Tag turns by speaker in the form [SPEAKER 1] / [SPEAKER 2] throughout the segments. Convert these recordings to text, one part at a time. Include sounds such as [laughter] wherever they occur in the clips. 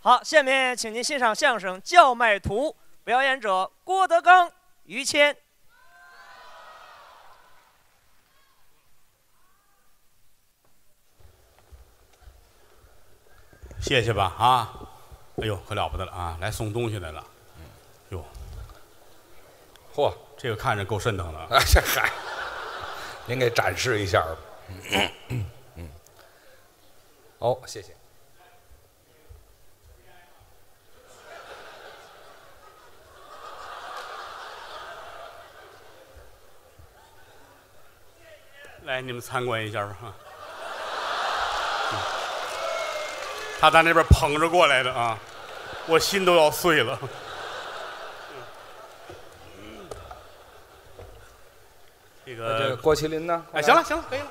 [SPEAKER 1] 好，下面请您欣赏相声《叫卖图》，表演者郭德纲、于谦。
[SPEAKER 2] 谢谢吧啊！哎呦，可了不得了啊！来送东西来了，哟，
[SPEAKER 3] 嚯， [laughs]
[SPEAKER 2] 这个看着够瘆腾的啊。
[SPEAKER 3] 哎这嗨，您给展示一下吧。嗯，哦，谢谢。
[SPEAKER 2] 来，你们参观一下吧。啊嗯他在那边捧着过来的啊，我心都要碎了。这
[SPEAKER 3] 这
[SPEAKER 2] 个
[SPEAKER 3] 郭麒麟呢？
[SPEAKER 2] 呃哎，行了，行了，可以了，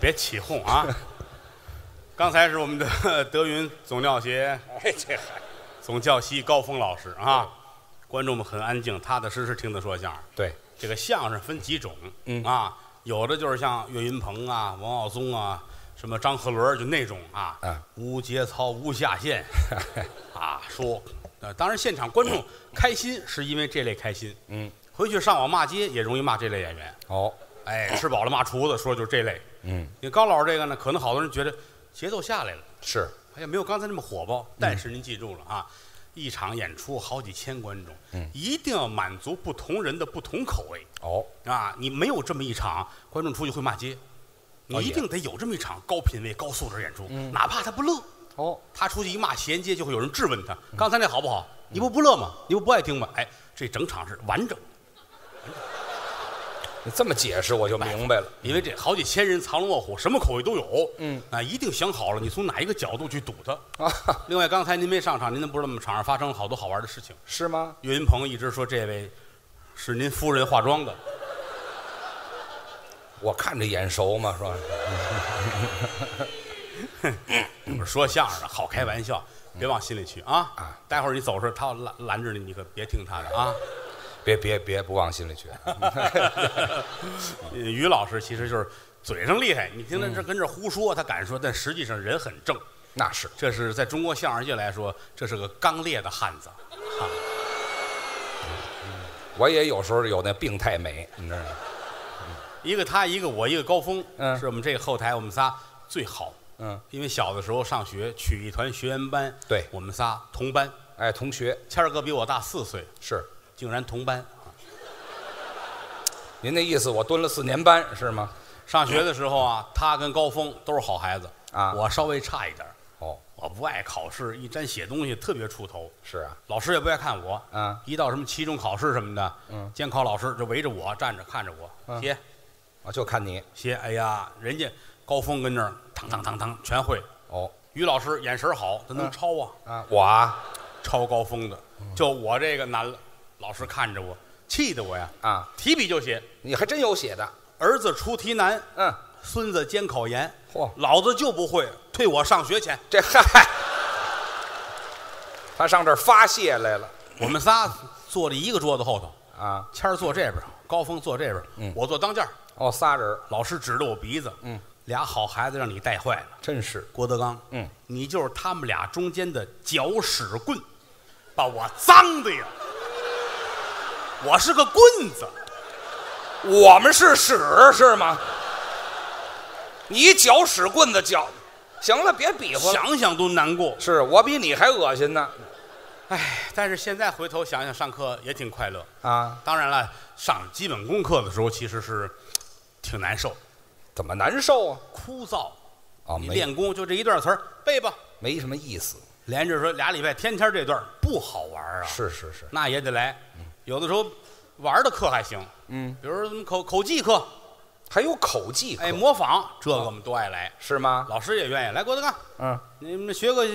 [SPEAKER 2] 别起哄啊！刚才是我们的德云总教协
[SPEAKER 3] 哎，这嗨，
[SPEAKER 2] 总教习高峰老师啊，观众们很安静，踏踏实实听他说相声。
[SPEAKER 3] 对，
[SPEAKER 2] 这个相声分几种，
[SPEAKER 3] 嗯
[SPEAKER 2] 啊，有的就是像岳云鹏啊、王耀宗啊、什么张鹤伦儿就那种啊，
[SPEAKER 3] 嗯
[SPEAKER 2] 无节操、无下
[SPEAKER 3] [laughs]
[SPEAKER 2] 限，啊，说，呃，当然现场观众开心是因为这类开心，
[SPEAKER 3] 嗯，
[SPEAKER 2] 回去上网骂街也容易骂这类演员，
[SPEAKER 3] 哦，
[SPEAKER 2] 哎，吃饱了骂厨子，说就是这类。
[SPEAKER 3] 嗯，
[SPEAKER 2] 你高老师这个呢，可能好多人觉得节奏下来了，
[SPEAKER 3] 是，
[SPEAKER 2] 哎呀，没有刚才那么火爆，
[SPEAKER 3] 嗯
[SPEAKER 2] 但是您记住了啊。一场演出好几千观众，
[SPEAKER 3] 嗯
[SPEAKER 2] 一定要满足不同人的不同口味。
[SPEAKER 3] 哦，
[SPEAKER 2] 啊，你没有这么一场，观众出去会骂街。你
[SPEAKER 3] 哦
[SPEAKER 2] 一
[SPEAKER 3] 也嗯
[SPEAKER 2] 定得有这么一场高品位、高素质演出，哪怕他不乐，
[SPEAKER 3] 哦，
[SPEAKER 2] 他出去一骂衔接，就会有人质问他：“
[SPEAKER 3] 嗯
[SPEAKER 2] 刚才那好不好？你不不乐吗？你不不爱听吗？”哎，这整场是完整，
[SPEAKER 3] 你这么解释我就明白了。
[SPEAKER 2] 因为这好几千人藏龙卧虎，什么口味都有。
[SPEAKER 3] 嗯，
[SPEAKER 2] 啊，一定想好了，你从哪一个角度去堵他。
[SPEAKER 3] 啊，
[SPEAKER 2] 另外，刚才您没上场，您都不知道我们场上发生了好多好玩的事情。
[SPEAKER 3] 是吗？
[SPEAKER 2] 岳云鹏一直说这位是您夫人化妆的，
[SPEAKER 3] 我看着眼熟嘛，说，
[SPEAKER 2] 我们说相声的好开玩笑，别往心里去啊！
[SPEAKER 3] 嗯啊
[SPEAKER 2] 待会儿你走时候他要拦拦着你，你可别听他的啊！
[SPEAKER 3] [laughs] 别别别，不往心里去。 [laughs]
[SPEAKER 2] 呃于老师其实就是嘴上厉害，你听他这跟这胡说，他敢说，但实际上人很正。
[SPEAKER 3] 那是，
[SPEAKER 2] 这是在中国相声界来说，这是个刚烈的汉子。
[SPEAKER 3] 嗯我也有时候有那病态美，你知道吗？
[SPEAKER 2] 一个他，一个我，一个高峰，
[SPEAKER 3] 嗯
[SPEAKER 2] 是我们这个后台我们仨最好。
[SPEAKER 3] 嗯，
[SPEAKER 2] 因为小的时候上学曲艺团学员班，
[SPEAKER 3] 对
[SPEAKER 2] 我们仨同班。
[SPEAKER 3] 哎，同学
[SPEAKER 2] 谦儿哥比我大四岁，
[SPEAKER 3] 是，
[SPEAKER 2] 竟然同班。
[SPEAKER 3] 您那意思我蹲了四年班是吗？
[SPEAKER 2] 上学的时候啊，他跟高峰都是好孩子
[SPEAKER 3] 啊
[SPEAKER 2] 我稍微差一点儿，
[SPEAKER 3] 哦，
[SPEAKER 2] 我不爱考试，一沾写东西特别出头，
[SPEAKER 3] 是啊，
[SPEAKER 2] 老师也不爱看我。
[SPEAKER 3] 啊，
[SPEAKER 2] 一到什么期中考试什么的，
[SPEAKER 3] 嗯，
[SPEAKER 2] 监考老师就围着我站着看着我
[SPEAKER 3] 嗯
[SPEAKER 2] 写
[SPEAKER 3] 我就看你
[SPEAKER 2] 写，哎呀，人家高峰跟那儿堂堂堂堂全会，
[SPEAKER 3] 哦
[SPEAKER 2] 于老师眼神好，他能抄啊，
[SPEAKER 3] 啊，我啊
[SPEAKER 2] 抄高峰的，
[SPEAKER 3] 嗯
[SPEAKER 2] 就我这个难了，老师看着我，气得我呀，
[SPEAKER 3] 啊，
[SPEAKER 2] 提笔就写，
[SPEAKER 3] 你还真有写的，
[SPEAKER 2] 儿子出题难，
[SPEAKER 3] 嗯，
[SPEAKER 2] 孙子监考严，
[SPEAKER 3] 嚯
[SPEAKER 2] 老子就不会，退我上学去。
[SPEAKER 3] 这嗨，他上这儿发泄来了
[SPEAKER 2] 我们仨坐在一个桌子后头，
[SPEAKER 3] 啊！
[SPEAKER 2] 谦儿坐这边，高峰坐这边，我坐当间儿。
[SPEAKER 3] 哦，仨人儿
[SPEAKER 2] 老师指着我鼻子，
[SPEAKER 3] 嗯，
[SPEAKER 2] 俩好孩子让你带坏了，
[SPEAKER 3] 真是
[SPEAKER 2] 郭德纲，
[SPEAKER 3] 嗯，
[SPEAKER 2] 你就是他们俩中间的搅屎棍，把我脏的呀，我是个棍子，
[SPEAKER 3] 我们是屎是吗？你搅屎棍子搅，行了，别比划了。
[SPEAKER 2] 想想都难过。
[SPEAKER 3] 是我比你还恶心呢
[SPEAKER 2] 哎，但是现在回头想想，上课也挺快乐。
[SPEAKER 3] 啊！
[SPEAKER 2] 当然了，上基本功课的时候其实是挺难受、
[SPEAKER 3] 怎么难受啊？
[SPEAKER 2] 枯燥。
[SPEAKER 3] 哦，
[SPEAKER 2] 你
[SPEAKER 3] 没
[SPEAKER 2] 练功就这一段词儿背吧，
[SPEAKER 3] 没什么意思。
[SPEAKER 2] 连着说俩礼拜，天天这段儿不好玩儿啊，
[SPEAKER 3] 是是是，
[SPEAKER 2] 那也得来。有的时候玩儿的课还行，
[SPEAKER 3] 嗯，
[SPEAKER 2] 比如说什么口口技课，
[SPEAKER 3] 还有口技课
[SPEAKER 2] 哎，模仿这个我们都爱来，
[SPEAKER 3] 是吗？
[SPEAKER 2] 老师也愿意来。郭德纲，
[SPEAKER 3] 嗯，
[SPEAKER 2] 你们学个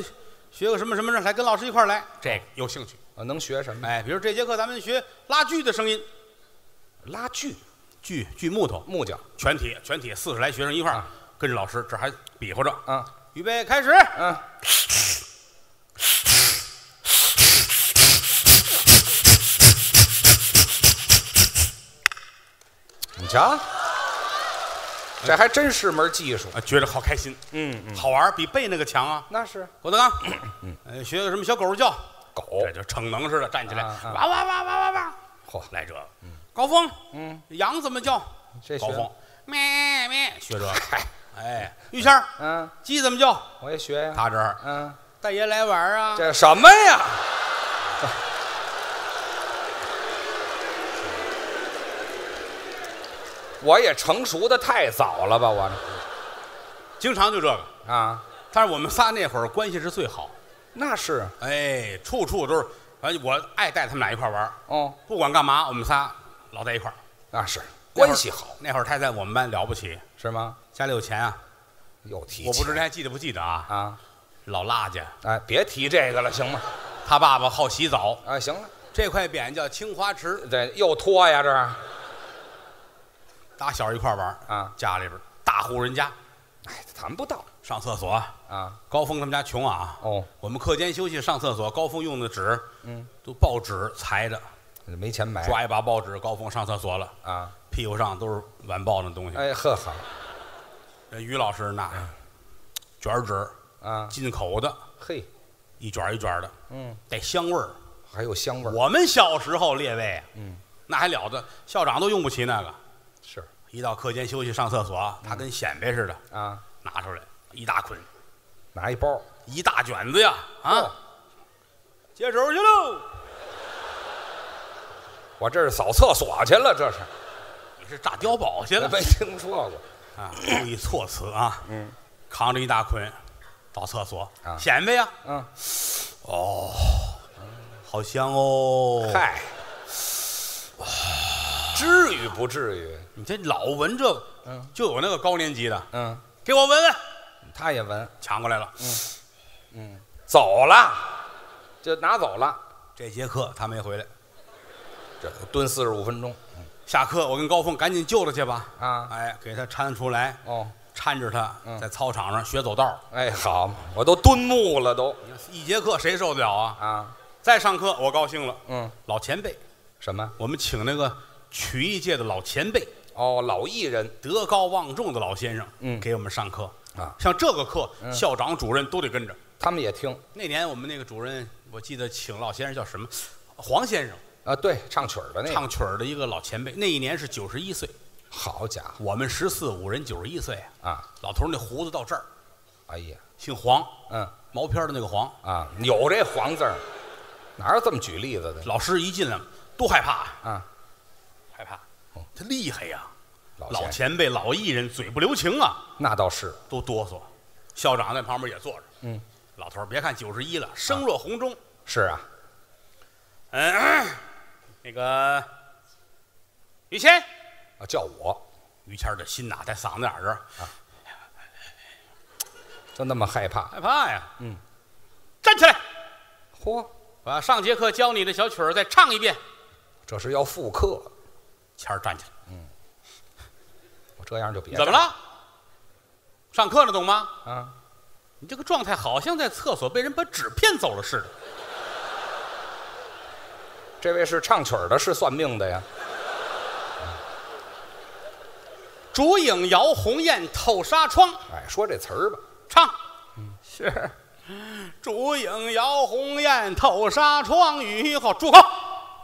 [SPEAKER 2] 学个什么什么的，来跟老师一块儿来，这个有兴趣。
[SPEAKER 3] 我能学什么？
[SPEAKER 2] 哎，比如这节课咱们学拉锯的声音，
[SPEAKER 3] 拉锯、
[SPEAKER 2] 锯锯木头，
[SPEAKER 3] 木匠
[SPEAKER 2] 全体全体四十来学生一块儿跟着老师，这还比划着，
[SPEAKER 3] 啊，
[SPEAKER 2] 预备开始。
[SPEAKER 3] 嗯，你瞧，这还真是门技术。
[SPEAKER 2] 啊，觉着好开心，
[SPEAKER 3] 嗯嗯，
[SPEAKER 2] 好玩儿比背那个强啊。
[SPEAKER 3] 那是
[SPEAKER 2] 郭德纲，呃，学个什么小狗叫，
[SPEAKER 3] 狗
[SPEAKER 2] 这就逞能似的站起来，
[SPEAKER 3] 哦啊啊
[SPEAKER 2] 哇哇哇哇哇哇，
[SPEAKER 3] 嚯，
[SPEAKER 2] 来这个。高峰，
[SPEAKER 3] 嗯，
[SPEAKER 2] 羊怎么叫？
[SPEAKER 3] 这学
[SPEAKER 2] 高峰，咩咩，学这个。
[SPEAKER 3] 嗨，
[SPEAKER 2] 哎，于谦儿，
[SPEAKER 3] 嗯，
[SPEAKER 2] 鸡怎么叫？
[SPEAKER 3] 我也学呀。
[SPEAKER 2] 他这儿，
[SPEAKER 3] 嗯，
[SPEAKER 2] 大爷来玩啊。
[SPEAKER 3] 这什么呀？我也成熟的太早了吧？我
[SPEAKER 2] 经常就这个，
[SPEAKER 3] 这啊，
[SPEAKER 2] 但是我们仨那会儿关系是最好，
[SPEAKER 3] 那是
[SPEAKER 2] 哎，处处都是，反正我爱带他们俩一块儿玩儿，
[SPEAKER 3] 哦，
[SPEAKER 2] 不管干嘛，我们仨老在一块儿，
[SPEAKER 3] 那是关系好
[SPEAKER 2] 那会儿他在我们班了不起，
[SPEAKER 3] 是吗？
[SPEAKER 2] 家里有钱啊，
[SPEAKER 3] 又提
[SPEAKER 2] 我不知
[SPEAKER 3] 起
[SPEAKER 2] 道还记得不记得啊？
[SPEAKER 3] 啊，
[SPEAKER 2] 老辣家，
[SPEAKER 3] 哎，别提这个了，行吗？
[SPEAKER 2] 他爸爸好洗澡，
[SPEAKER 3] 啊，行了，
[SPEAKER 2] 这块匾叫青花池，
[SPEAKER 3] 这又拖呀，这
[SPEAKER 2] 打小一块玩儿
[SPEAKER 3] 啊
[SPEAKER 2] 家里边儿大户人家
[SPEAKER 3] 哎，谈不到
[SPEAKER 2] 上厕所，
[SPEAKER 3] 啊。
[SPEAKER 2] 高峰他们家穷啊，
[SPEAKER 3] 哦，
[SPEAKER 2] 我们课间休息上厕所，高峰用的纸，嗯，哎都报纸裁着，
[SPEAKER 3] 没钱买
[SPEAKER 2] 抓一把报纸，高峰上厕所了，
[SPEAKER 3] 啊。
[SPEAKER 2] 屁股上都是晚报那东西。
[SPEAKER 3] 哎，呵好
[SPEAKER 2] 这于老师那卷纸，
[SPEAKER 3] 啊，
[SPEAKER 2] 进口的，
[SPEAKER 3] 嘿，
[SPEAKER 2] 一卷一卷的，
[SPEAKER 3] 嗯，
[SPEAKER 2] 带香味儿。
[SPEAKER 3] 还有香味儿。
[SPEAKER 2] 我们小时候，列位，嗯，那还了得，校长都用不起那个。
[SPEAKER 3] 是
[SPEAKER 2] 一到课间休息上厕所，他跟显摆似的，
[SPEAKER 3] 啊，
[SPEAKER 2] 拿出来一大捆，
[SPEAKER 3] 拿一包
[SPEAKER 2] 一大卷子呀，
[SPEAKER 3] 哦
[SPEAKER 2] 啊，接手去喽！
[SPEAKER 3] 我这是扫厕所去了，这是
[SPEAKER 2] 你是炸碉堡去了
[SPEAKER 3] 没听说过
[SPEAKER 2] 啊？注意措辞啊，嗯，扛着一大捆到厕所，
[SPEAKER 3] 啊
[SPEAKER 2] 显摆呀，哦
[SPEAKER 3] 嗯，
[SPEAKER 2] 好香哦！，
[SPEAKER 3] 嗨，至于不至于？
[SPEAKER 2] 你这老闻这个，就有那个高年级的，
[SPEAKER 3] 嗯，
[SPEAKER 2] 给我闻闻，
[SPEAKER 3] 他也闻，
[SPEAKER 2] 抢过来了。
[SPEAKER 3] 嗯走了，就拿走了，
[SPEAKER 2] 这节课他没回来，
[SPEAKER 3] 这蹲四十五分钟
[SPEAKER 2] 下课我跟高峰赶紧救他去吧。
[SPEAKER 3] 啊嗯
[SPEAKER 2] 哎，给他搀出来，
[SPEAKER 3] 哦，
[SPEAKER 2] 搀着他在操场上学走道。
[SPEAKER 3] 哎，好嘛，我都蹲木了都
[SPEAKER 2] 一节课谁受得了啊？
[SPEAKER 3] 啊，
[SPEAKER 2] 再上课我高兴了，
[SPEAKER 3] 嗯，
[SPEAKER 2] 老前辈，
[SPEAKER 3] 什么？
[SPEAKER 2] 我们请那个曲艺界的老前辈，
[SPEAKER 3] 哦，老艺人
[SPEAKER 2] 德高望重的老先生，
[SPEAKER 3] 嗯
[SPEAKER 2] 给我们上课
[SPEAKER 3] 啊。
[SPEAKER 2] 像这个课，校长、主任都得跟着。
[SPEAKER 3] 他们也听
[SPEAKER 2] 那年我们那个主任，我记得请老先生叫什么？黄先生，
[SPEAKER 3] 啊，对，唱曲儿的那个，
[SPEAKER 2] 唱曲儿的一个老前辈。那一年是九十一岁，
[SPEAKER 3] 好家伙
[SPEAKER 2] 我们十四五人九十一岁啊。
[SPEAKER 3] 啊，
[SPEAKER 2] 老头儿那胡子到这儿，
[SPEAKER 3] 哎呀，
[SPEAKER 2] 姓黄，
[SPEAKER 3] 嗯
[SPEAKER 2] 毛片儿的那个黄。
[SPEAKER 3] 啊，有这黄字儿，哪有这么举例子的
[SPEAKER 2] 老师一进来，多害怕啊，
[SPEAKER 3] 啊？
[SPEAKER 2] 害怕，他厉害呀，
[SPEAKER 3] 老
[SPEAKER 2] 老
[SPEAKER 3] 钱
[SPEAKER 2] 前辈、老艺人，嘴不留情啊，
[SPEAKER 3] 那倒是，
[SPEAKER 2] 都哆嗦。校长在旁边也坐着，
[SPEAKER 3] 嗯，啊
[SPEAKER 2] 老头儿别看九十一了，声若洪钟。
[SPEAKER 3] 是啊，
[SPEAKER 2] 嗯，那个于谦，
[SPEAKER 3] 啊叫我
[SPEAKER 2] 于谦儿的心呐，在嗓子眼儿这儿
[SPEAKER 3] 啊就那么害怕，
[SPEAKER 2] 害怕呀，嗯，站起来，
[SPEAKER 3] 啊嚯，
[SPEAKER 2] 把上节课教你的小曲儿再唱一遍。
[SPEAKER 3] 这是要复刻，
[SPEAKER 2] 谦儿站起来，
[SPEAKER 3] 我这样就别
[SPEAKER 2] 怎么了？上课呢，懂吗？
[SPEAKER 3] 啊？
[SPEAKER 2] 你这个状态好像在厕所被人把纸骗走了似的。
[SPEAKER 3] 这位是唱曲儿的，是算命的呀？
[SPEAKER 2] 烛影摇红雁，透纱窗，
[SPEAKER 3] 哎，说这词儿吧，
[SPEAKER 2] 唱。是。烛影摇红雁，透纱窗。雨后，住口！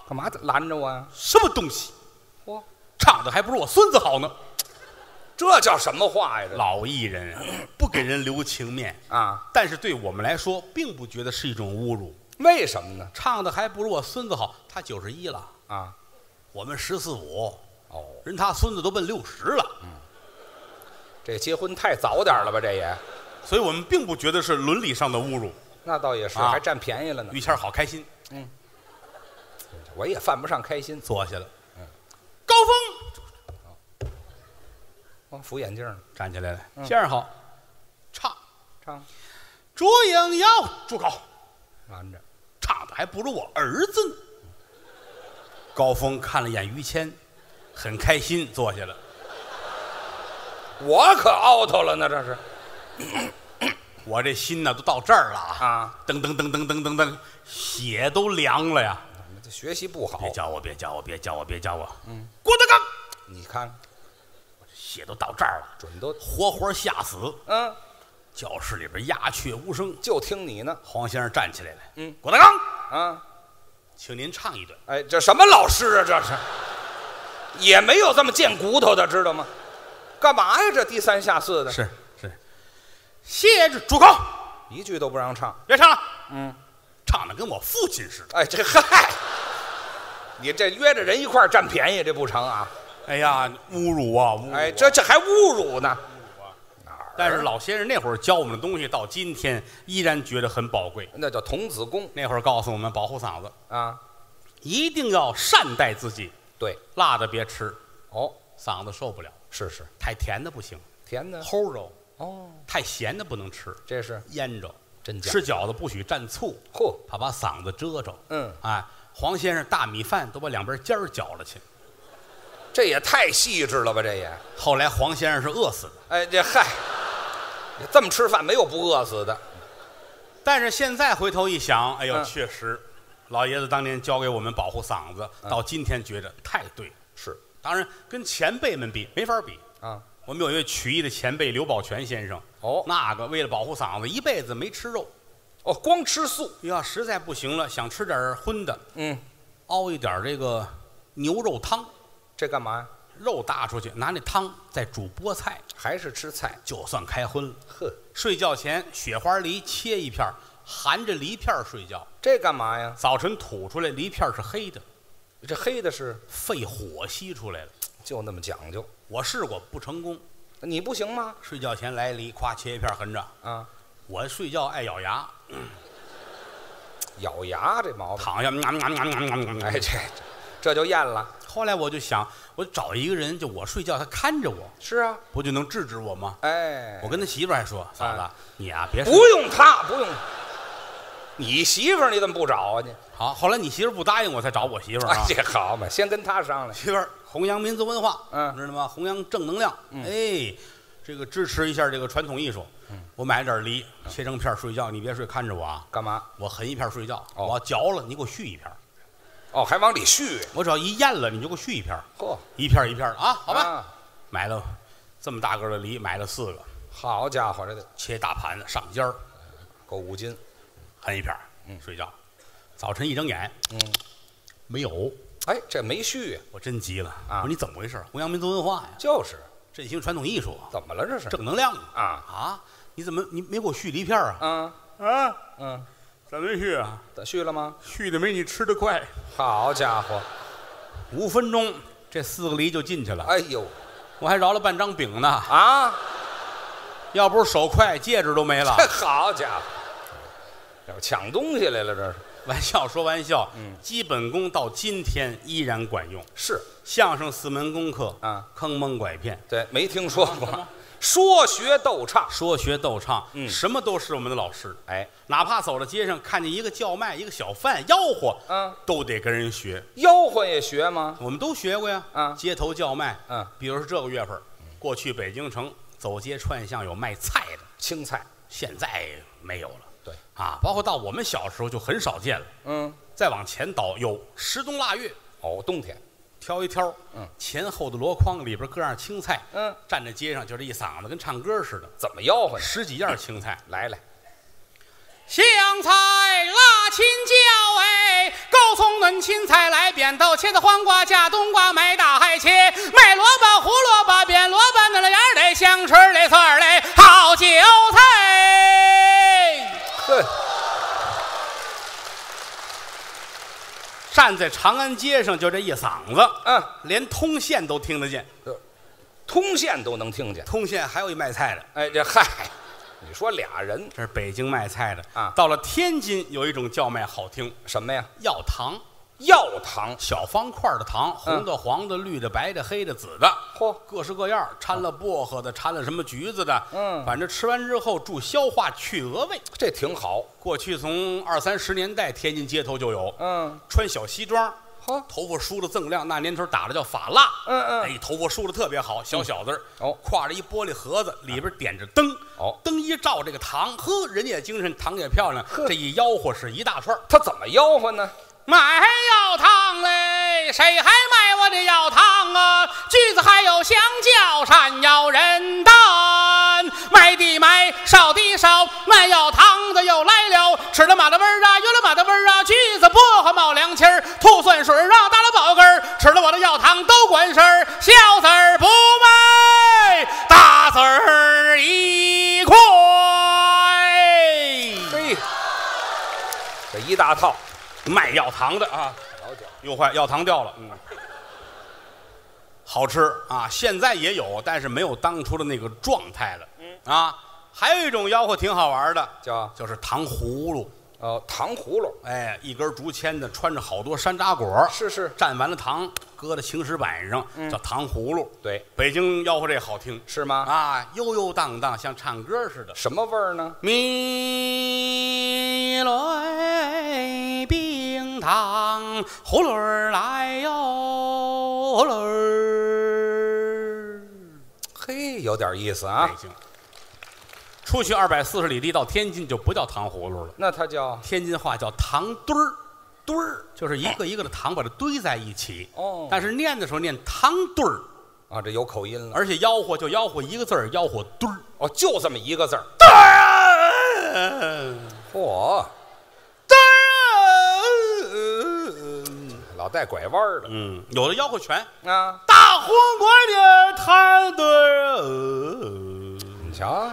[SPEAKER 3] 干嘛拦着我呀？
[SPEAKER 2] 什么东西？
[SPEAKER 3] 嚯，
[SPEAKER 2] 唱的还不如我孙子好呢。
[SPEAKER 3] 这叫什么话呀？这
[SPEAKER 2] 老艺人啊不给人留情面，
[SPEAKER 3] 啊，
[SPEAKER 2] 但是对我们来说，并不觉得是一种侮辱。
[SPEAKER 3] 为什么呢？
[SPEAKER 2] 唱的还不如我孙子好，他九十一了，
[SPEAKER 3] 啊，
[SPEAKER 2] 我们十四五，
[SPEAKER 3] 哦，
[SPEAKER 2] 人他孙子都奔六十了。
[SPEAKER 3] 这结婚太早点了吧？这也，
[SPEAKER 2] 所以我们并不觉得是伦理上的侮辱。
[SPEAKER 3] 那倒也是，
[SPEAKER 2] 啊
[SPEAKER 3] 还占便宜了呢。
[SPEAKER 2] 于谦儿好开心，
[SPEAKER 3] 我也犯不上开心，
[SPEAKER 2] 坐下了。高峰
[SPEAKER 3] 我扶眼镜呢，
[SPEAKER 2] 站起来了，先生好，唱
[SPEAKER 3] 唱
[SPEAKER 2] 烛影摇，住口！
[SPEAKER 3] 拦着，
[SPEAKER 2] 唱的还不如我儿子呢。高峰看了眼于谦，很开心，坐下了。
[SPEAKER 3] 我可 out 了呢，这是
[SPEAKER 2] 我这心呢都到这儿了啊！
[SPEAKER 3] 啊，
[SPEAKER 2] 噔噔噔噔噔噔噔，血都凉了呀！
[SPEAKER 3] 这学习不好
[SPEAKER 2] 别，叫我，别叫我，别叫我，别叫我！嗯，郭德纲
[SPEAKER 3] 你看
[SPEAKER 2] 血都到这儿了，
[SPEAKER 3] 准都
[SPEAKER 2] 活活吓死。
[SPEAKER 3] 嗯，
[SPEAKER 2] 教室里边鸦雀无声。
[SPEAKER 3] 就听你呢
[SPEAKER 2] 黄先生站起来了，
[SPEAKER 3] 嗯，
[SPEAKER 2] 郭德纲，
[SPEAKER 3] 啊！
[SPEAKER 2] 请您唱一段。
[SPEAKER 3] 哎，这什么老师啊？这是也没有这么贱骨头的，知道吗？干嘛呀？这低三下四的，
[SPEAKER 2] 是是，谢着住口，
[SPEAKER 3] 一句都不让唱。
[SPEAKER 2] 别唱了。嗯，唱的跟我父亲似的。
[SPEAKER 3] 哎，这嗨，你这约着人一块儿占便宜，这不成啊！
[SPEAKER 2] 哎呀，侮辱啊！侮辱啊
[SPEAKER 3] 哎，这这还侮辱呢。
[SPEAKER 2] 但是老先生那会儿教我们的东西，到今天依然觉得很宝贵。
[SPEAKER 3] 那叫童子功
[SPEAKER 2] 那会儿告诉我们保护嗓子，
[SPEAKER 3] 啊，
[SPEAKER 2] 一定要善待自己，
[SPEAKER 3] 对，
[SPEAKER 2] 辣的别吃，
[SPEAKER 3] 哦，
[SPEAKER 2] 嗓子受不了；
[SPEAKER 3] 是是，
[SPEAKER 2] 太甜的不行，
[SPEAKER 3] 甜的，
[SPEAKER 2] 齁着；
[SPEAKER 3] 哦，
[SPEAKER 2] 太咸的不能吃，
[SPEAKER 3] 这是
[SPEAKER 2] 腌着。
[SPEAKER 3] 真假
[SPEAKER 2] 吃饺子不许蘸醋，
[SPEAKER 3] 嚯，
[SPEAKER 2] 怕把嗓子遮着。
[SPEAKER 3] 嗯，
[SPEAKER 2] 哎，黄先生大米饭都把两边尖儿搅了去。
[SPEAKER 3] 这也太细致了吧？这也，
[SPEAKER 2] 后来黄先生是饿死的，
[SPEAKER 3] 哎，这嗨，这么吃饭没有不饿死的，
[SPEAKER 2] 但是现在回头一想，哎呦，
[SPEAKER 3] 嗯
[SPEAKER 2] 确实，老爷子当年教给我们保护嗓子，到今天觉着太对了。
[SPEAKER 3] 嗯是
[SPEAKER 2] 当然，跟前辈们比没法比。
[SPEAKER 3] 啊，
[SPEAKER 2] 我们有一位曲艺的前辈刘宝全先生，
[SPEAKER 3] 哦
[SPEAKER 2] 那个为了保护嗓子，一辈子没吃肉。
[SPEAKER 3] 哦，光吃素，
[SPEAKER 2] 要实在不行了，想吃点儿荤的，
[SPEAKER 3] 嗯，
[SPEAKER 2] 熬一点儿这个牛肉汤，
[SPEAKER 3] 这干嘛呀？
[SPEAKER 2] 肉搭出去，拿那汤再煮菠菜，
[SPEAKER 3] 还是吃菜？
[SPEAKER 2] 就算开荤了。
[SPEAKER 3] 呵，
[SPEAKER 2] 睡觉前雪花梨切一片儿，含着梨片儿睡觉，
[SPEAKER 3] 这干嘛呀？
[SPEAKER 2] 早晨吐出来梨片儿是黑的，
[SPEAKER 3] 这黑的是
[SPEAKER 2] 肺火吸出来了。
[SPEAKER 3] 就那么讲究，
[SPEAKER 2] 我试过不成功，
[SPEAKER 3] 你不行吗？
[SPEAKER 2] 睡觉前来梨，咵切一片儿含着。
[SPEAKER 3] 啊，
[SPEAKER 2] 我睡觉爱咬牙，
[SPEAKER 3] 咬牙这毛病，
[SPEAKER 2] 躺下，喵喵喵喵喵喵喵
[SPEAKER 3] 哎，这这就咽了。
[SPEAKER 2] 后来我就想，我找一个人，就我睡觉，他看着我，
[SPEAKER 3] 是啊，
[SPEAKER 2] 不就能制止我吗？
[SPEAKER 3] 哎
[SPEAKER 2] 我，跟他媳妇儿还说：“嫂
[SPEAKER 3] 啊
[SPEAKER 2] 子，你啊别睡
[SPEAKER 3] 不用他，不用。你媳妇儿你怎么不找啊你？
[SPEAKER 2] 好。”后来你媳妇儿不答应我，才找我媳妇儿
[SPEAKER 3] 哎
[SPEAKER 2] 啊，。
[SPEAKER 3] 这好嘛，先跟他商量。
[SPEAKER 2] 媳妇儿弘扬民族文化，
[SPEAKER 3] 嗯
[SPEAKER 2] 知道吗？弘扬正能量，哎，这个支持一下这个传统艺术。
[SPEAKER 3] 嗯
[SPEAKER 2] 我买了点梨，切成片儿睡觉，你别睡，看着我啊。
[SPEAKER 3] 干嘛？
[SPEAKER 2] 我含一片儿睡觉，
[SPEAKER 3] 哦
[SPEAKER 2] 我要嚼了，你给我续一片儿。
[SPEAKER 3] 哦，还往里续。
[SPEAKER 2] 我只要一咽了，你就给我续一片儿，
[SPEAKER 3] 嚯，
[SPEAKER 2] 一片儿一片儿的啊，好吧。
[SPEAKER 3] 啊
[SPEAKER 2] 买了这么大个儿的梨，买了四个，
[SPEAKER 3] 好家伙，这得
[SPEAKER 2] 切大盘子上尖儿，
[SPEAKER 3] 够五斤。
[SPEAKER 2] 含一片儿，睡觉。早晨一睁眼，
[SPEAKER 3] 嗯，
[SPEAKER 2] 没有，
[SPEAKER 3] 哎，这没续，
[SPEAKER 2] 我真急了
[SPEAKER 3] 啊
[SPEAKER 2] 我说你怎么回事？弘扬民族文化呀，
[SPEAKER 3] 就是
[SPEAKER 2] 振兴传统艺术啊，
[SPEAKER 3] 怎么了这是？
[SPEAKER 2] 正能量啊！
[SPEAKER 3] 啊
[SPEAKER 2] 啊，你怎么你没给我续梨片儿啊？
[SPEAKER 3] 啊
[SPEAKER 2] 啊，
[SPEAKER 3] 嗯，
[SPEAKER 2] 怎么没续啊？
[SPEAKER 3] 得续了吗？
[SPEAKER 2] 续的没你吃的快。
[SPEAKER 3] 好家伙，
[SPEAKER 2] 五分钟，这四个梨就进去了。
[SPEAKER 3] 哎呦
[SPEAKER 2] 我还饶了半张饼呢，
[SPEAKER 3] 啊！。
[SPEAKER 2] 要不是手快，戒指都没 [laughs] 了
[SPEAKER 3] [laughs] 好家伙，要抢东西来了这
[SPEAKER 2] 玩笑说玩笑，基本功到今天依然管用。
[SPEAKER 3] 是？是
[SPEAKER 2] 相声四门功课
[SPEAKER 3] 啊，
[SPEAKER 2] 坑蒙拐骗。
[SPEAKER 3] 对，没听说过。说学逗唱，
[SPEAKER 2] 说学逗唱，
[SPEAKER 3] 嗯
[SPEAKER 2] 什么都是我们的老师。
[SPEAKER 3] 哎，
[SPEAKER 2] 哪怕走到街上看见一个叫卖、一个小贩吆喝，
[SPEAKER 3] 嗯，
[SPEAKER 2] 都得跟人学。
[SPEAKER 3] 吆喝也学吗？
[SPEAKER 2] 我们都学过呀，
[SPEAKER 3] 啊
[SPEAKER 2] 街头叫卖，
[SPEAKER 3] 嗯，
[SPEAKER 2] 比如说这个月份儿，过去北京城走街串巷有卖菜的，
[SPEAKER 3] 青菜，
[SPEAKER 2] 现在没有了。
[SPEAKER 3] 对，
[SPEAKER 2] 啊，包括到我们小时候就很少见了。
[SPEAKER 3] 嗯，
[SPEAKER 2] 再往前倒，有十冬腊月，
[SPEAKER 3] 哦，冬天，
[SPEAKER 2] 挑一挑，
[SPEAKER 3] 嗯，
[SPEAKER 2] 前后的箩筐里边各样青菜，
[SPEAKER 3] 嗯，
[SPEAKER 2] 站在街上就这一嗓子跟唱歌似的，
[SPEAKER 3] 怎么吆喝呢？
[SPEAKER 2] 十几样青菜，
[SPEAKER 3] 来来，
[SPEAKER 2] 香菜、辣青椒，哎，高葱、嫩青菜、来扁豆、茄子、黄瓜、架冬瓜、买大海茄、卖萝卜、胡萝卜、扁萝卜，那了芽儿嘞，香椿儿嘞，蒜儿嘞，好韭 [laughs] 菜。
[SPEAKER 3] 呵，
[SPEAKER 2] 站在长安街上，就这一嗓子，
[SPEAKER 3] 嗯，
[SPEAKER 2] 连通县都听得见。
[SPEAKER 3] 通县都能听见。
[SPEAKER 2] 通县还有一卖菜的，
[SPEAKER 3] 哎，这嗨，你说俩人
[SPEAKER 2] 这是北京卖菜的
[SPEAKER 3] 啊
[SPEAKER 2] 到了天津，有一种叫卖好听，
[SPEAKER 3] 什么呀？
[SPEAKER 2] 药糖，
[SPEAKER 3] 药堂，
[SPEAKER 2] 小方块的
[SPEAKER 3] 嗯
[SPEAKER 2] 糖，红的、黄的、绿的、白的、黑的、紫的。
[SPEAKER 3] 嚯，
[SPEAKER 2] 各式各样，掺了薄荷的，掺了什么橘子的，
[SPEAKER 3] 嗯
[SPEAKER 2] 反正吃完之后助消化去恶胃。
[SPEAKER 3] 这挺好。
[SPEAKER 2] 过去从二三十年代，天津街头就有，
[SPEAKER 3] 嗯，
[SPEAKER 2] 穿小西装，
[SPEAKER 3] 好，
[SPEAKER 2] 头发梳的锃亮，那年头打的叫发蜡，
[SPEAKER 3] 嗯嗯
[SPEAKER 2] 哎，头发梳的特别好，小小子儿，
[SPEAKER 3] 嗯哦
[SPEAKER 2] 挎着一玻璃盒子，里边点着灯，
[SPEAKER 3] 哦
[SPEAKER 2] 灯一照这个糖，呵，人也精神，糖也漂亮，
[SPEAKER 3] 呵
[SPEAKER 2] 这一吆喝是一大串儿
[SPEAKER 3] 他怎么吆喝呢？
[SPEAKER 2] 买药糖嘞。哎，谁还卖我的药汤啊？橘子还有香蕉，山药人丹，卖的卖，烧的烧，卖药汤的又来了，吃了马的味儿啊，约了马的味儿啊，橘子薄荷冒凉气儿，吐酸水儿啊，打了饱嗝儿，吃了我的药汤都管事儿，小字儿不卖，大字儿一块。
[SPEAKER 3] 嘿，这一大套
[SPEAKER 2] 卖药糖的啊，又坏药糖掉了，嗯，好吃啊，现在也有，但是没有当初的那个状态了，嗯啊，还有一种吆喝挺好玩的，
[SPEAKER 3] 叫
[SPEAKER 2] 就是糖葫芦，
[SPEAKER 3] 呃糖葫芦，
[SPEAKER 2] 哎，一根竹签子穿着好多山楂果，
[SPEAKER 3] 是是
[SPEAKER 2] 蘸完了糖，搁在青石板上，叫糖葫芦，
[SPEAKER 3] 对，
[SPEAKER 2] 北京吆喝这好听
[SPEAKER 3] 是吗？
[SPEAKER 2] 啊，悠悠荡荡，像唱歌似的。
[SPEAKER 3] 什么味儿呢？
[SPEAKER 2] 米来冰糖葫芦儿来哟，葫芦儿。
[SPEAKER 3] 嘿，有点意思
[SPEAKER 2] 北
[SPEAKER 3] 啊。
[SPEAKER 2] 京，出去二百四十里地到天津就不叫糖葫芦了，
[SPEAKER 3] 那它叫
[SPEAKER 2] 天津话叫糖堆儿，
[SPEAKER 3] 堆儿
[SPEAKER 2] 就是一个一个的糖把它堆在一起。
[SPEAKER 3] 哦
[SPEAKER 2] 但是念的时候念糖堆儿，
[SPEAKER 3] 啊，这有口音了。
[SPEAKER 2] 而且吆喝就吆喝一个字儿，吆喝堆儿。
[SPEAKER 3] 哦，就这么一个字儿。嚯，老带拐弯儿的
[SPEAKER 2] 嗯，有的吆喝全。
[SPEAKER 3] 啊！
[SPEAKER 2] 大红果的糖堆儿，
[SPEAKER 3] 你瞧
[SPEAKER 2] 嗯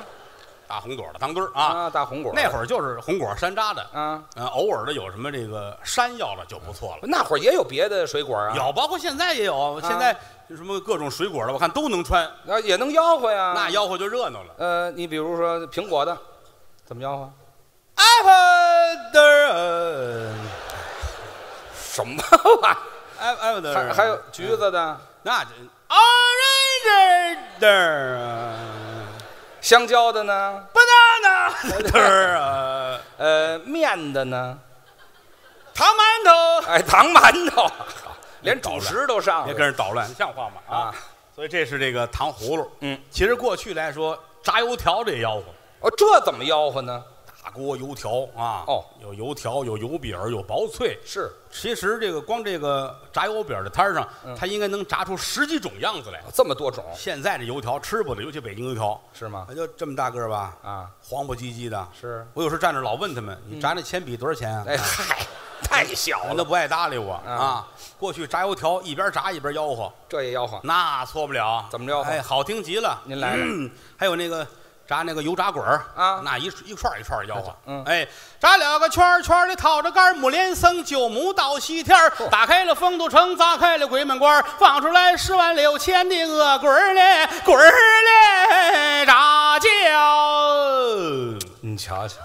[SPEAKER 2] 大红果的糖堆儿啊。
[SPEAKER 3] 啊，大红果
[SPEAKER 2] 那会
[SPEAKER 3] 啊儿
[SPEAKER 2] 儿就是红果山楂的，
[SPEAKER 3] 啊，
[SPEAKER 2] 呃，偶尔的有什么这个山药的就不错了。
[SPEAKER 3] 那会儿也有别的水果啊，
[SPEAKER 2] 有，包括现在也有，啊现在什么各种水果的，我看都能穿，
[SPEAKER 3] 啊也能吆喝呀。
[SPEAKER 2] 那吆喝就热闹了。
[SPEAKER 3] 呃，你比如说苹果的，怎么吆喝？
[SPEAKER 2] 嗯 apple 堆儿，嗯
[SPEAKER 3] 什么玩意
[SPEAKER 2] 哎 apple 堆
[SPEAKER 3] 儿？嗯
[SPEAKER 2] 儿，
[SPEAKER 3] 还还有橘子的、
[SPEAKER 2] 那就 orange 堆儿
[SPEAKER 3] 香蕉的呢？
[SPEAKER 2] [laughs] ，banana 堆儿啊，
[SPEAKER 3] 呃，面的呢？
[SPEAKER 2] 糖馒头，
[SPEAKER 3] 哎，糖馒头，连主食都上
[SPEAKER 2] 别
[SPEAKER 3] 了
[SPEAKER 2] 跟人捣乱，像话吗？
[SPEAKER 3] 啊！
[SPEAKER 2] 所以这是这个糖葫芦。
[SPEAKER 3] 嗯，
[SPEAKER 2] 其实过去来说，炸油条这吆喝，
[SPEAKER 3] 哦，这怎么吆喝呢？
[SPEAKER 2] 大锅油条啊，
[SPEAKER 3] 哦，
[SPEAKER 2] 有油条，有油饼，有薄脆。
[SPEAKER 3] 是
[SPEAKER 2] 其实这个光这个炸油饼的摊儿上，
[SPEAKER 3] 嗯
[SPEAKER 2] 它应该能炸出十几种样子来。
[SPEAKER 3] 哦这么多种
[SPEAKER 2] 现在这油条吃不得，尤其北京油条，
[SPEAKER 3] 是吗？
[SPEAKER 2] 就这么大个儿吧，
[SPEAKER 3] 啊，
[SPEAKER 2] 黄不唧唧的。
[SPEAKER 3] 是嗯
[SPEAKER 2] 我有时候站着老问他们，你炸那铅笔多少钱啊？
[SPEAKER 3] [laughs] 哎嗨，太小
[SPEAKER 2] 人
[SPEAKER 3] 了，
[SPEAKER 2] 都不爱搭理我
[SPEAKER 3] 嗯
[SPEAKER 2] 啊！过去炸油条一边炸一边吆喝，
[SPEAKER 3] [laughs] 这也吆喝。
[SPEAKER 2] 那错不了。
[SPEAKER 3] 怎么着
[SPEAKER 2] 哎，好听极了。
[SPEAKER 3] 您来了
[SPEAKER 2] 嗯还有那个炸那个油炸滚儿
[SPEAKER 3] 啊
[SPEAKER 2] 那一一串一串吆喝。
[SPEAKER 3] 嗯
[SPEAKER 2] 哎，炸了个圈儿圈儿的套着杆儿，母连僧九母到西天儿，打开了丰都城，砸开了鬼门关儿，放出来十万六千的恶棍儿嘞，滚儿嘞，炸叫，
[SPEAKER 3] 你瞧瞧，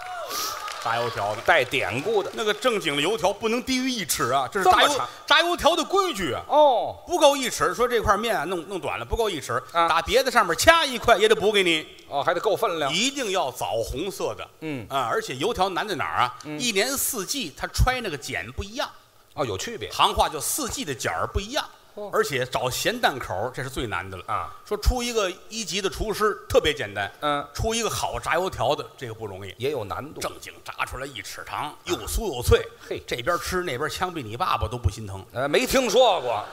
[SPEAKER 2] 炸油条的。
[SPEAKER 3] 带典故的
[SPEAKER 2] 那个正经的油条不能低于一尺啊，这是
[SPEAKER 3] 这
[SPEAKER 2] 炸
[SPEAKER 3] 么
[SPEAKER 2] 油
[SPEAKER 3] 长
[SPEAKER 2] 炸油条的规矩啊。
[SPEAKER 3] 哦，
[SPEAKER 2] 不够一尺，说这块面啊弄弄短了，不够一尺，
[SPEAKER 3] 啊
[SPEAKER 2] 打别的上面掐一块也得补给你，
[SPEAKER 3] 哦，还得够分量。
[SPEAKER 2] 一定要枣红色的。
[SPEAKER 3] 嗯
[SPEAKER 2] 啊，而且油条难在哪儿啊？一年四季它揣那个茧不一样，
[SPEAKER 3] 哦，有区别
[SPEAKER 2] 行话叫四季的茧儿不一样
[SPEAKER 3] 哦，
[SPEAKER 2] 而且找咸淡口儿这是最难的了
[SPEAKER 3] 啊。
[SPEAKER 2] 说出一个一级的厨师特别简单，
[SPEAKER 3] 嗯
[SPEAKER 2] 出一个好炸油条的这个不容易。
[SPEAKER 3] 也有难度。
[SPEAKER 2] 正经炸出来一尺长，又酥又脆，
[SPEAKER 3] 啊嘿
[SPEAKER 2] 这边吃那边枪毙你爸爸都不心疼。哎
[SPEAKER 3] 呃，没听说过，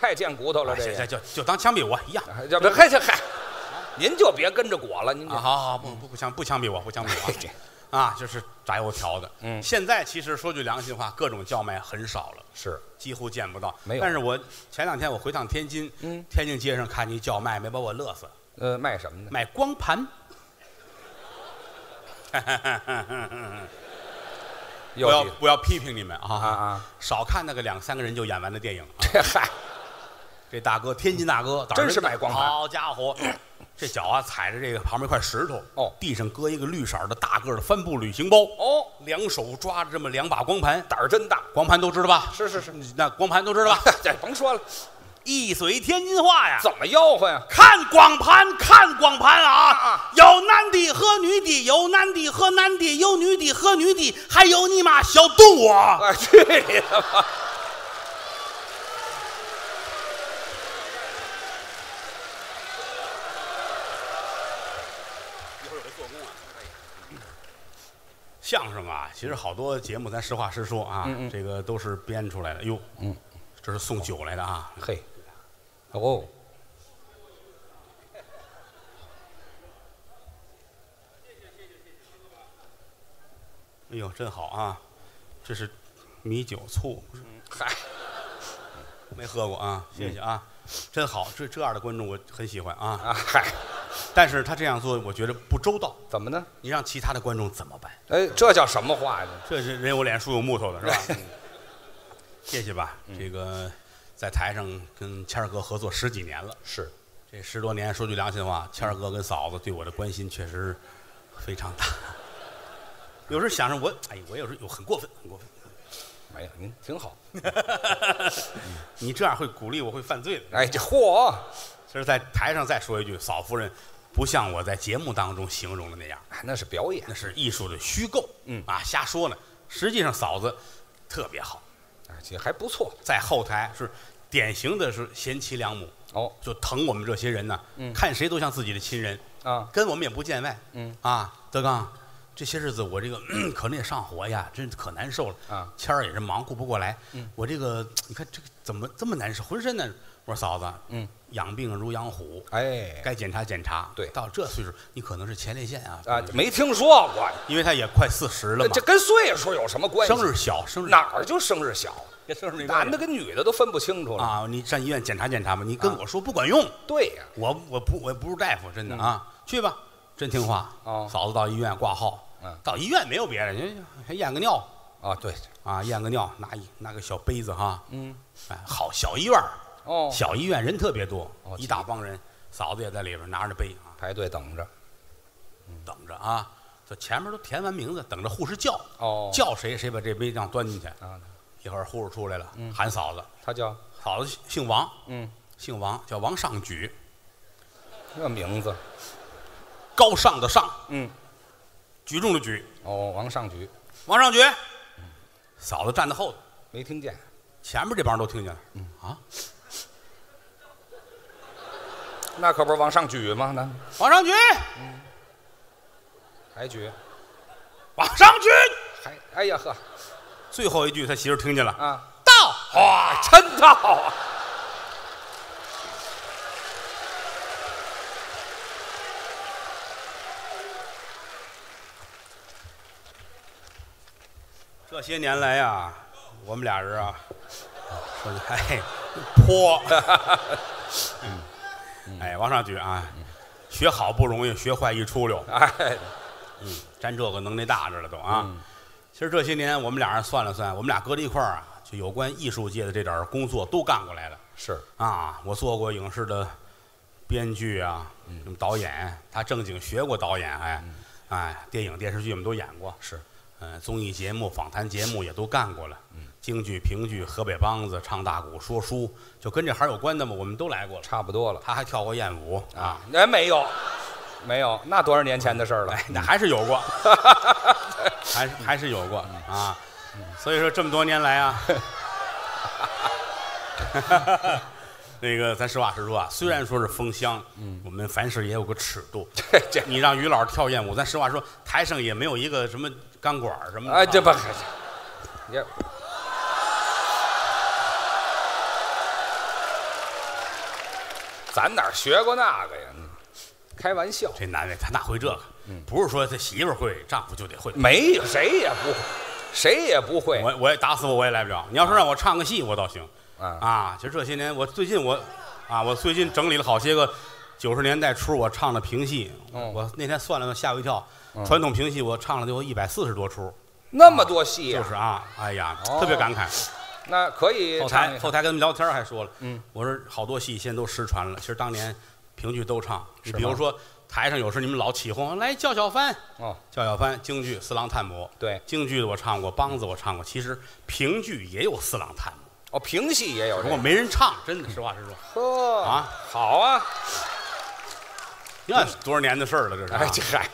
[SPEAKER 3] 太见骨头了，这
[SPEAKER 2] 这这
[SPEAKER 3] 也。
[SPEAKER 2] 就就当枪毙我一样。
[SPEAKER 3] 哎这不，嗨这嗨， [laughs] 您就别跟着裹了，您
[SPEAKER 2] 啊，
[SPEAKER 3] 这
[SPEAKER 2] 好好不不不枪不枪毙我，不枪毙我
[SPEAKER 3] 这
[SPEAKER 2] 啊啊，就是炸油条的。
[SPEAKER 3] 嗯
[SPEAKER 2] 现在其实说句良心话，各种叫卖很少了，
[SPEAKER 3] 是
[SPEAKER 2] 几乎见不到。
[SPEAKER 3] 没有
[SPEAKER 2] 但是我前两天我回趟天津，
[SPEAKER 3] 嗯
[SPEAKER 2] 天津街上看见一叫卖，没把我乐死。
[SPEAKER 3] 呃卖什么呢？
[SPEAKER 2] 卖光盘，
[SPEAKER 3] 有
[SPEAKER 2] 不要
[SPEAKER 3] 几
[SPEAKER 2] 不要批评你们啊
[SPEAKER 3] 啊啊！
[SPEAKER 2] 少看那个两三个人就演完的电影啊。
[SPEAKER 3] [laughs] 这嗨，
[SPEAKER 2] 这大哥，天津大哥，胆儿
[SPEAKER 3] 真是卖光盘
[SPEAKER 2] 好家伙，这脚啊踩着这个旁边一块石头，
[SPEAKER 3] 哦
[SPEAKER 2] 地上搁一个绿色的大个儿的帆布旅行包，
[SPEAKER 3] 哦，
[SPEAKER 2] 两手抓着这么两把光盘，
[SPEAKER 3] 胆儿真大。
[SPEAKER 2] 光盘都知道吧？
[SPEAKER 3] 是是是，
[SPEAKER 2] 那光盘都知道吧？
[SPEAKER 3] [laughs] 这甭说了，
[SPEAKER 2] 一嘴天津话呀！
[SPEAKER 3] 怎么吆喝呀？
[SPEAKER 2] 看光盘，看光盘啊
[SPEAKER 3] 啊！
[SPEAKER 2] 有男的和女的，有男的和男的，有女的和女的，还有你妈小杜啊！
[SPEAKER 3] 啊， [laughs] 去你的吧！嗯
[SPEAKER 2] 相声啊，其实好多节目，咱实话实说啊，这个都是编出来的。哟，嗯，这是送酒来的啊！
[SPEAKER 3] 嘿，哦，
[SPEAKER 2] 哎呦，真好啊！这是米酒醋，
[SPEAKER 3] 嗨，
[SPEAKER 2] 没喝过啊，谢谢啊，真好，这这样的观众我很喜欢啊。
[SPEAKER 3] 啊嗨，
[SPEAKER 2] 但是他这样做，我觉得不周到，
[SPEAKER 3] 怎么呢？
[SPEAKER 2] 你让其他的观众怎么办？
[SPEAKER 3] 哎，这叫什么话呢？
[SPEAKER 2] 这是人有脸，树有木头的，是吧？嗯谢谢吧，这个在台上跟谦儿哥合作十几年了，
[SPEAKER 3] 是，
[SPEAKER 2] 这十多年说句良心话，谦儿哥跟嫂子对我的关心确实非常大。有时候想着我，哎，我有时候有很过分，很过分。
[SPEAKER 3] 哎呀，您挺好。
[SPEAKER 2] 你这样会鼓励我会犯罪的。
[SPEAKER 3] 哎，这嚯，
[SPEAKER 2] 其实，在台上再说一句，嫂夫人不像我在节目当中形容的那样，
[SPEAKER 3] 哎那是表演
[SPEAKER 2] 那。是艺术的虚构，
[SPEAKER 3] 嗯
[SPEAKER 2] 啊，瞎说呢。实际上，嫂子特别好，
[SPEAKER 3] 哎，这还不错
[SPEAKER 2] 在后台是典型的是贤妻良母，
[SPEAKER 3] 哦
[SPEAKER 2] 就疼我们这些人呢，
[SPEAKER 3] 嗯
[SPEAKER 2] 看谁都像自己的亲人，
[SPEAKER 3] 啊！
[SPEAKER 2] 跟我们也不见外，
[SPEAKER 3] 嗯
[SPEAKER 2] 啊，德刚，这些日子我这个嗯可能也上火呀，真可难受了
[SPEAKER 3] 啊嗯
[SPEAKER 2] 谦儿也是忙顾不过来，我这个你看这个怎么这么难受，浑身难受。我说嫂子，
[SPEAKER 3] 嗯，
[SPEAKER 2] 养病如养虎，
[SPEAKER 3] 哎，
[SPEAKER 2] 该检查检查。
[SPEAKER 3] 对
[SPEAKER 2] 到这岁数你可能是前列腺啊
[SPEAKER 3] 啊，
[SPEAKER 2] 可能是
[SPEAKER 3] 没听说过，
[SPEAKER 2] 因为他也快四十了嘛
[SPEAKER 3] 这，跟岁数有什么关系？
[SPEAKER 2] 生日小，生日
[SPEAKER 3] 哪儿就生日小，
[SPEAKER 2] 跟生日没关
[SPEAKER 3] 男
[SPEAKER 2] 系
[SPEAKER 3] 的跟女的都分不清楚了。
[SPEAKER 2] 啊，你上医院检查检查吧。你跟我说不管用，
[SPEAKER 3] 对呀，
[SPEAKER 2] 我我不我不是大夫，真的啊，去吧，真听话。
[SPEAKER 3] 哦
[SPEAKER 2] 嫂子到医院挂号，
[SPEAKER 3] 嗯
[SPEAKER 2] 到医院没有别的，人还验个尿
[SPEAKER 3] 啊对，
[SPEAKER 2] 啊，验个尿，拿一拿个小杯子哈，
[SPEAKER 3] 嗯，
[SPEAKER 2] 哎，好小医院儿，
[SPEAKER 3] 哦，
[SPEAKER 2] 小医院人特别多
[SPEAKER 3] 哦，
[SPEAKER 2] 一大帮人，嫂子也在里边拿着杯啊，
[SPEAKER 3] 排队等着。
[SPEAKER 2] 等着啊，这前面都填完名字，等着护士叫，
[SPEAKER 3] 哦
[SPEAKER 2] 叫谁谁把这杯让端进去。
[SPEAKER 3] 啊，
[SPEAKER 2] 一会儿护士出来了，
[SPEAKER 3] 嗯
[SPEAKER 2] 喊嫂子，
[SPEAKER 3] 他叫
[SPEAKER 2] 嫂子姓姓王，
[SPEAKER 3] 嗯，
[SPEAKER 2] 姓王叫王尚举，
[SPEAKER 3] 这名字，
[SPEAKER 2] 高尚的尚，
[SPEAKER 3] 嗯，
[SPEAKER 2] 举重的举，
[SPEAKER 3] 哦，王上举
[SPEAKER 2] 王尚举，嫂子站在后头，
[SPEAKER 3] 没听见，
[SPEAKER 2] 前面这帮人都听见了，
[SPEAKER 3] 嗯
[SPEAKER 2] 啊，
[SPEAKER 3] 那可不是往上举吗？那
[SPEAKER 2] 王尚举，
[SPEAKER 3] 嗯还举，
[SPEAKER 2] 王尚举，
[SPEAKER 3] 还哎呀呵
[SPEAKER 2] 最后一句他媳妇儿听见了，
[SPEAKER 3] 啊，
[SPEAKER 2] 到，
[SPEAKER 3] 哇，真到啊！
[SPEAKER 2] 这些年来呀，我们俩人啊， [laughs] 说的哎，泼， [laughs] 嗯哎，往上举啊，学好不容易，学坏一出溜，
[SPEAKER 3] 哎，
[SPEAKER 2] 沾这个能耐大着了都啊。
[SPEAKER 3] 嗯
[SPEAKER 2] 其实这些年我们俩人算了算，我们俩搁在一块儿啊，就有关艺术界的这点儿工作都干过来了
[SPEAKER 3] 是
[SPEAKER 2] 啊。我做过影视的编剧啊，
[SPEAKER 3] 嗯
[SPEAKER 2] 什么导演，他正经学过导演，哎，哎，电影电视剧我们都演过，
[SPEAKER 3] 是，
[SPEAKER 2] 嗯，综艺节目、访谈节目也都干过了，
[SPEAKER 3] 嗯
[SPEAKER 2] 京剧、评剧、河北梆子、唱大鼓、说书，就跟这行有关的嘛，我们都来过了。
[SPEAKER 3] 差不多了
[SPEAKER 2] 他还跳过艳舞啊，，
[SPEAKER 3] 哎，没有，没有，那多少年前的事儿了
[SPEAKER 2] 哎，那还是有过，还是还是有过
[SPEAKER 3] 嗯
[SPEAKER 2] 啊。所以说这么多年来
[SPEAKER 3] [laughs]
[SPEAKER 2] 啊，那个咱实话实说啊，虽然说是封箱，我们凡事也有个尺度。
[SPEAKER 3] 嗯 [laughs] 这这，
[SPEAKER 2] 你让于老师跳艳舞，咱实话说，台上也没有一个什么钢管儿什么的。
[SPEAKER 3] 哎，这不
[SPEAKER 2] 啊，
[SPEAKER 3] 也咱哪儿学过那个呀？开玩笑，
[SPEAKER 2] 这难为他哪会这个？
[SPEAKER 3] 嗯
[SPEAKER 2] 不是说他媳妇儿会，丈夫就得会。
[SPEAKER 3] 没有，谁也不，谁也不会。
[SPEAKER 2] 我我也打死我我也来不了。你要说让我唱个戏，我倒行。
[SPEAKER 3] 啊
[SPEAKER 2] 其实这些年我最近我，啊，我最近整理了好些个九十年代初我唱的评戏。
[SPEAKER 3] 哦
[SPEAKER 2] 我那天算了算，吓我一跳。
[SPEAKER 3] 嗯
[SPEAKER 2] 传统评戏我唱了得有一百四十多出，
[SPEAKER 3] 那么多戏、啊，
[SPEAKER 2] 就是啊，哎呀，
[SPEAKER 3] 哦
[SPEAKER 2] 特别感慨。
[SPEAKER 3] 那可以
[SPEAKER 2] 后
[SPEAKER 3] 唱
[SPEAKER 2] 台
[SPEAKER 3] 一
[SPEAKER 2] 后
[SPEAKER 3] 唱
[SPEAKER 2] 台跟他们聊天儿还说了，
[SPEAKER 3] 嗯，
[SPEAKER 2] 我说好多戏现在都失传了，其实当年评剧都唱。你
[SPEAKER 3] 是
[SPEAKER 2] 比如
[SPEAKER 3] 吗
[SPEAKER 2] 说台上有时你们老起哄，来叫小帆，
[SPEAKER 3] 哦，
[SPEAKER 2] 叫小帆，京剧《四郎探母》。
[SPEAKER 3] 对
[SPEAKER 2] 京剧的我唱过，梆子我唱过，其实评剧也有《四郎探母
[SPEAKER 3] 哦，评戏也有》，
[SPEAKER 2] 不
[SPEAKER 3] 这
[SPEAKER 2] 过
[SPEAKER 3] 个。
[SPEAKER 2] 没人唱，真的，实话实说
[SPEAKER 3] 呵，
[SPEAKER 2] 啊，
[SPEAKER 3] 好啊，
[SPEAKER 2] 你看多少年的事儿了，这是啊。
[SPEAKER 3] 嗯哎，这嗨，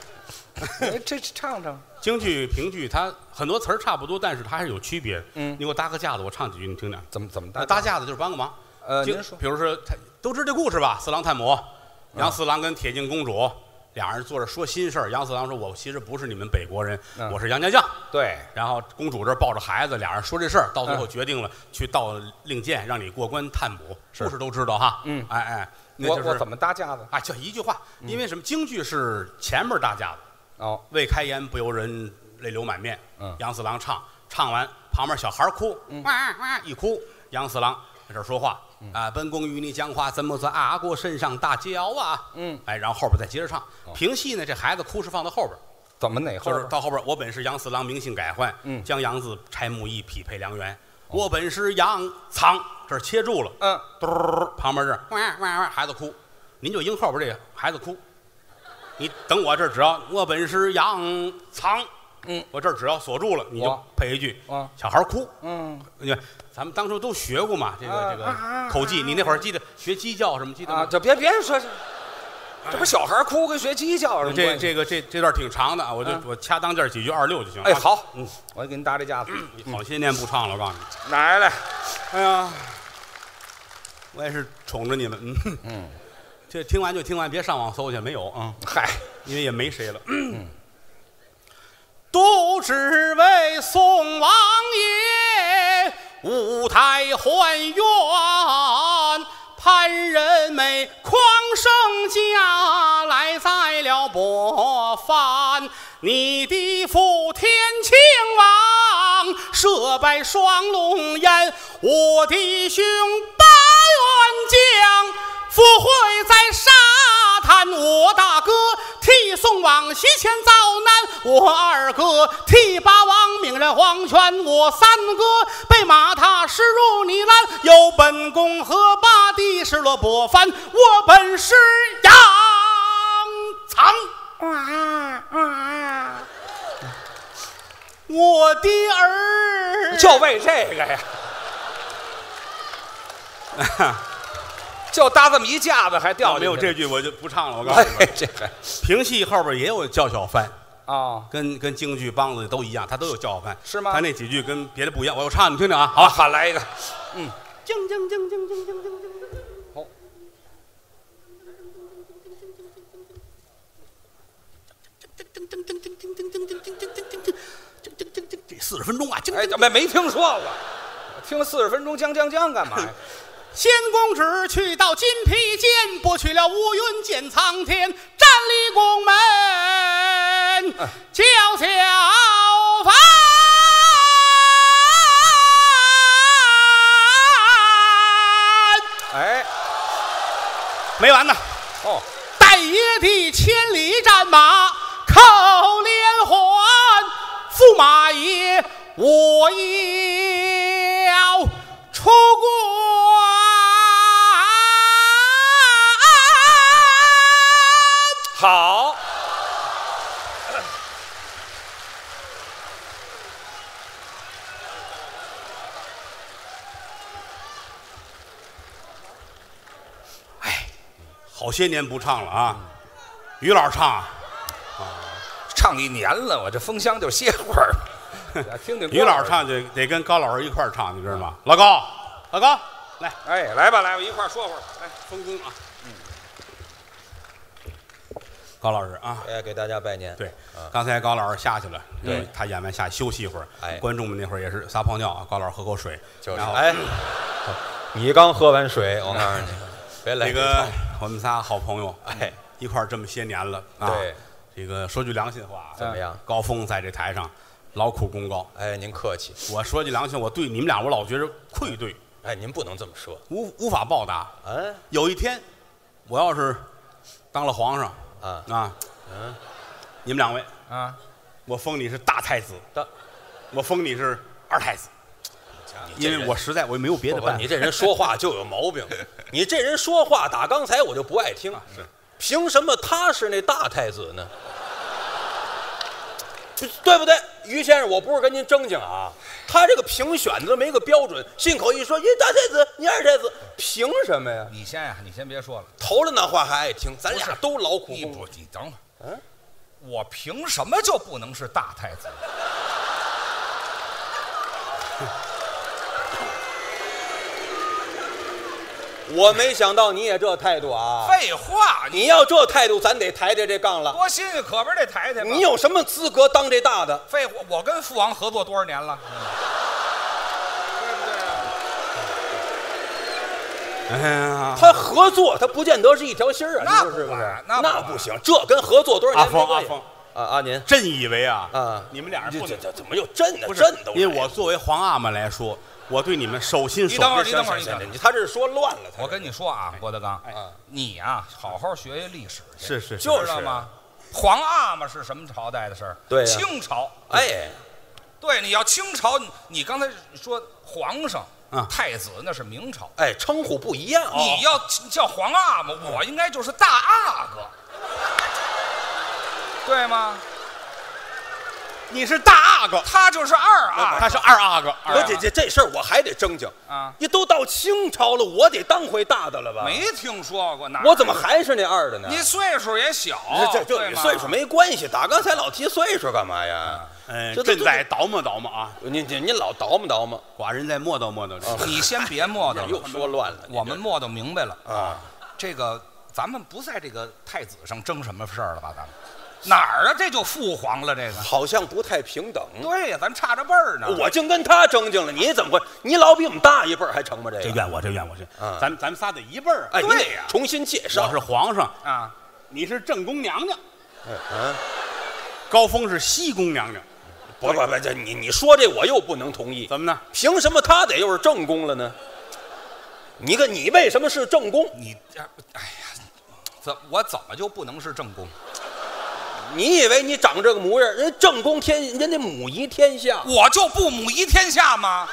[SPEAKER 3] 哎这这唱唱，
[SPEAKER 2] 京剧、评剧，它很多词儿差不多，但是它还是有区别。
[SPEAKER 3] 嗯
[SPEAKER 2] 你给我搭个架子，我唱几句，你听听。
[SPEAKER 3] 怎么怎么
[SPEAKER 2] 那
[SPEAKER 3] 搭？
[SPEAKER 2] 搭架子就是帮个忙。
[SPEAKER 3] 呃，
[SPEAKER 2] 京
[SPEAKER 3] 您说
[SPEAKER 2] 比如说，他都知道这故事吧？四郎探母，杨四郎跟铁镜公主，俩人坐着说心事儿。杨四郎说：“我其实不是你们北国人，
[SPEAKER 3] 嗯
[SPEAKER 2] 我是杨家将。”
[SPEAKER 3] 对，
[SPEAKER 2] 然后公主这儿抱着孩子，俩人说这事儿，到最后
[SPEAKER 3] 嗯
[SPEAKER 2] 决定了、去到令箭，让你过关探母，
[SPEAKER 3] 是
[SPEAKER 2] 故事都知道哈。
[SPEAKER 3] 嗯
[SPEAKER 2] 哎哎，那
[SPEAKER 3] 我
[SPEAKER 2] 就是
[SPEAKER 3] 我怎么搭架子？
[SPEAKER 2] 啊？就一句话，因为什么？京剧是前面大架子，
[SPEAKER 3] 哦，
[SPEAKER 2] 未开言不由人，泪流满面。
[SPEAKER 3] 嗯
[SPEAKER 2] 杨四郎唱，唱完旁边小孩儿哭，哇哇一哭，杨四郎在这儿说话。
[SPEAKER 3] 嗯
[SPEAKER 2] 啊，本宫与你讲话，怎么在阿哥身上大嚼啊？
[SPEAKER 3] 嗯，
[SPEAKER 2] 哎，然后后边再接着唱。平戏呢，这孩子哭是放到后边，
[SPEAKER 3] 怎么哪后
[SPEAKER 2] 就
[SPEAKER 3] 边
[SPEAKER 2] 是到后边，我本是杨四郎，名姓改换，
[SPEAKER 3] 嗯哦
[SPEAKER 2] 将杨字拆木易，匹配良缘。我本是杨藏，这儿切住了，
[SPEAKER 3] 嗯，
[SPEAKER 2] 嘟儿，旁边这儿哇哇哇，孩子哭，您就应后边这个孩子哭。你等我这儿只要我本是杨藏，
[SPEAKER 3] 嗯，
[SPEAKER 2] 我这儿只要锁住了，你就
[SPEAKER 3] 我
[SPEAKER 2] 配一句
[SPEAKER 3] 嗯，
[SPEAKER 2] 小孩哭。
[SPEAKER 3] 嗯
[SPEAKER 2] 因为咱们当初都学过嘛，这个
[SPEAKER 3] 啊
[SPEAKER 2] 这
[SPEAKER 3] 啊啊啊
[SPEAKER 2] 个口技，你那会儿记得学鸡叫什么，记得
[SPEAKER 3] 啊，
[SPEAKER 2] 吗？
[SPEAKER 3] 就别别说这，这不小孩哭跟学鸡叫啊有什么
[SPEAKER 2] 这
[SPEAKER 3] 关系？
[SPEAKER 2] 这个这这段挺长的啊，我就
[SPEAKER 3] 啊
[SPEAKER 2] 我掐当间儿几句二六就行。
[SPEAKER 3] 哎，好，
[SPEAKER 2] 嗯，
[SPEAKER 3] 我给您搭这架子，
[SPEAKER 2] 好些年不唱了，我告诉你。
[SPEAKER 3] 拿来，
[SPEAKER 2] 哎呀，我也是宠着你们，嗯，
[SPEAKER 3] 嗯
[SPEAKER 2] 这听完就听完，别上网搜去，没有啊、
[SPEAKER 3] 嗨，
[SPEAKER 2] 因为也没谁了。嗯都只为宋王爷舞台还原，潘仁美匡生家来在了博藩，你的父天庆王设拜双龙宴，我的兄八员将赴会在沙滩，我大哥替宋王西前遭难，我二哥替八王命人黄泉，我三哥被马踏尸入泥land，有本宫和八弟失落波帆，我本是杨藏。我的儿，
[SPEAKER 3] 就为这个呀，就搭这么一架子还掉
[SPEAKER 2] 要没有这
[SPEAKER 3] 进去
[SPEAKER 2] 句我就不唱了。我告诉你
[SPEAKER 3] [laughs] 哎
[SPEAKER 2] 们，，
[SPEAKER 3] 这个
[SPEAKER 2] 评戏后边也有叫小番，
[SPEAKER 3] 啊，
[SPEAKER 2] 跟跟京剧梆子都一样，他都有叫小番，
[SPEAKER 3] 是吗
[SPEAKER 2] 他那几句跟别的不一样，我我唱你听听啊，好
[SPEAKER 3] 好，喊来一个，
[SPEAKER 2] 静静静静静静静静。
[SPEAKER 3] 好，
[SPEAKER 2] 这四十分钟啊，
[SPEAKER 3] 哎，没没听说过，听四十分钟将将将干嘛呀？
[SPEAKER 2] 仙公只去到金披剑，拨去了乌云见苍天，站立宫门，
[SPEAKER 3] 哎
[SPEAKER 2] 叫小凡。
[SPEAKER 3] 哎，
[SPEAKER 2] 没完呢。
[SPEAKER 3] 哦，
[SPEAKER 2] 待业的千里战马扣连环，驸马爷我要出关。
[SPEAKER 3] 好，
[SPEAKER 2] 好些年不唱了啊，于老师唱啊，
[SPEAKER 3] 唱一年了，我这封箱就歇会儿吧，听听歌
[SPEAKER 2] 于老师，唱得得跟高老师一块儿唱，你知道吗？老高，老高，来
[SPEAKER 3] 哎，来吧，来吧，一块儿说会儿，哎。
[SPEAKER 2] 分工啊。高老师啊，
[SPEAKER 4] 哎，给大家拜年。
[SPEAKER 2] 对
[SPEAKER 4] 啊，
[SPEAKER 2] 刚才高老师下去了，
[SPEAKER 4] 对
[SPEAKER 2] 因为他演完下去休息一会儿，
[SPEAKER 4] 哎
[SPEAKER 2] 观众们那会儿也是撒泡尿啊，高老师喝口水，
[SPEAKER 4] 就是
[SPEAKER 2] 然后
[SPEAKER 4] 哎，你刚喝完水，我告诉
[SPEAKER 3] 嗯
[SPEAKER 4] 你，别来
[SPEAKER 2] 那个我们仨好朋友，
[SPEAKER 4] 哎，
[SPEAKER 2] 一块儿这么些年了啊，
[SPEAKER 4] 对，
[SPEAKER 2] 这个说句良心话，啊
[SPEAKER 4] 怎么样？
[SPEAKER 2] 高峰在这台上劳苦功高，
[SPEAKER 4] 哎，您客气。
[SPEAKER 2] 我说句良心，我对你们俩我老觉着愧对，
[SPEAKER 4] 哎，您不能这么说。
[SPEAKER 2] 无无法报答。
[SPEAKER 4] 嗯
[SPEAKER 2] 有一天，我要是当了皇上
[SPEAKER 4] 啊，
[SPEAKER 2] 啊，你们两位，
[SPEAKER 3] 啊，
[SPEAKER 2] 我封你是大太子，
[SPEAKER 4] 大
[SPEAKER 2] 我封你是二太子，
[SPEAKER 4] 你啊这
[SPEAKER 2] 因
[SPEAKER 4] 人
[SPEAKER 2] 为我实在我也没有别
[SPEAKER 4] 不
[SPEAKER 2] 的
[SPEAKER 4] 不
[SPEAKER 2] 办法。
[SPEAKER 4] [laughs] 你这人说话就有毛病。你这人说话打刚才我就不爱听，
[SPEAKER 2] 是
[SPEAKER 4] 凭什么他是那大太子呢？这对不对，于先生？我不是跟您争竞啊，他这个评选的没个标准，信口一说，你大太子，你二太子，凭什么呀？
[SPEAKER 5] 你先呀、你先别说了，
[SPEAKER 4] 头了那话还爱听，咱俩都劳苦
[SPEAKER 5] 你
[SPEAKER 4] 功高
[SPEAKER 5] 不，你等会儿，
[SPEAKER 4] 嗯
[SPEAKER 5] 我凭什么就不能是大太子？
[SPEAKER 4] 啊我没想到你也这态度啊！
[SPEAKER 3] 废话，你
[SPEAKER 4] 你要这态度，咱得抬抬这杠了。
[SPEAKER 3] 多新鲜，可不是得抬抬吗？
[SPEAKER 4] 你有什么资格当这大的？
[SPEAKER 3] 废话，我跟父王合作多少年了？
[SPEAKER 4] 啊哎呀，他合作，他不见得是一条心儿啊，
[SPEAKER 3] 那
[SPEAKER 4] 你说是不
[SPEAKER 3] 不
[SPEAKER 4] 是
[SPEAKER 3] 管？
[SPEAKER 4] 那
[SPEAKER 3] 那不
[SPEAKER 4] 不行，这跟合作多少
[SPEAKER 2] 阿
[SPEAKER 4] 年没
[SPEAKER 2] 峰阿
[SPEAKER 4] 关系
[SPEAKER 2] 峰，
[SPEAKER 4] 啊啊！您
[SPEAKER 2] 朕以为啊，
[SPEAKER 4] 啊
[SPEAKER 2] 你们俩人
[SPEAKER 4] 这
[SPEAKER 2] 不
[SPEAKER 4] 这
[SPEAKER 2] 能，
[SPEAKER 4] 这怎么又震呢？
[SPEAKER 2] 不是
[SPEAKER 4] 震都
[SPEAKER 2] 因为我作为皇阿玛来说，我对你们手心手
[SPEAKER 3] 你等会
[SPEAKER 2] 背
[SPEAKER 3] 儿，你等会儿，你等
[SPEAKER 4] 来
[SPEAKER 3] 会
[SPEAKER 4] 了
[SPEAKER 3] 儿。
[SPEAKER 4] 你他这是说乱了，他
[SPEAKER 3] 我跟你说
[SPEAKER 4] 哎
[SPEAKER 3] 啊，郭德纲，你啊，好好学学历史去，
[SPEAKER 2] 是是
[SPEAKER 3] 知道吗？皇阿玛是什么朝代的事儿？
[SPEAKER 4] 啊对呀
[SPEAKER 3] 清朝。
[SPEAKER 4] 哎，
[SPEAKER 3] 对，你要清朝，你你刚才说皇上、
[SPEAKER 4] 啊
[SPEAKER 2] 嗯
[SPEAKER 3] 太子，那是明朝。
[SPEAKER 4] 哎，称呼不一样。
[SPEAKER 3] 你要叫皇阿
[SPEAKER 4] 啊
[SPEAKER 3] 玛，我应该就是大阿哥，对吗？
[SPEAKER 2] 你是大阿哥，
[SPEAKER 3] 他就是二阿
[SPEAKER 2] 他是二阿哥，二
[SPEAKER 4] 我
[SPEAKER 2] 阿
[SPEAKER 4] 这
[SPEAKER 2] 哥
[SPEAKER 4] 这这事儿我还得正经
[SPEAKER 3] 啊！
[SPEAKER 4] 你都到清朝了，我得当回大的了吧？
[SPEAKER 3] 哥，没听说过哪？
[SPEAKER 4] 我怎么？还是那二的呢？
[SPEAKER 3] 你岁数也小，
[SPEAKER 4] 这这
[SPEAKER 3] 对
[SPEAKER 4] 与
[SPEAKER 3] 吗
[SPEAKER 4] 岁数。没关系，打刚才老提岁数干嘛呀？
[SPEAKER 2] 嗯，
[SPEAKER 4] 这
[SPEAKER 2] 朕在倒磨倒磨啊，
[SPEAKER 4] 你你你老倒磨倒磨，
[SPEAKER 2] 寡人在磨叨磨叨
[SPEAKER 4] 啊
[SPEAKER 2] 这个。
[SPEAKER 3] 你先别磨叨
[SPEAKER 4] [laughs] 又
[SPEAKER 3] 了，
[SPEAKER 4] 说乱了。
[SPEAKER 3] 我们磨叨明白了。
[SPEAKER 4] 啊，
[SPEAKER 3] 这个咱们不在这个太子上争什么事儿了吧？咱们哪儿啊？这就父皇了，这个。
[SPEAKER 4] 好像不太平等。
[SPEAKER 3] 对呀，咱差着辈儿呢。
[SPEAKER 4] 我竟跟他争竞了，你怎么会？你老比我们大一辈儿还成吗？这
[SPEAKER 2] 这
[SPEAKER 4] 个，
[SPEAKER 2] 怨我，这怨我，这
[SPEAKER 4] 嗯
[SPEAKER 2] 咱们咱们仨得一辈儿啊。
[SPEAKER 4] 哎，你
[SPEAKER 3] 对
[SPEAKER 4] 得
[SPEAKER 3] 呀
[SPEAKER 4] 重新介绍
[SPEAKER 2] 我是。皇上，
[SPEAKER 3] 啊，
[SPEAKER 2] 你是正宫娘娘，
[SPEAKER 4] 嗯，
[SPEAKER 2] 高峰是西宫娘娘，
[SPEAKER 4] 不不不，这你你说这我又不能同意。
[SPEAKER 2] 怎么呢？
[SPEAKER 4] 凭什么他得又是正宫了呢？你个你为什么是正宫？
[SPEAKER 3] 你这，哎呀，怎我怎么就不能是正宫？
[SPEAKER 4] 你以为你长这个模样，人正宫天，人家母仪天下。
[SPEAKER 3] 我就不母仪天下吗？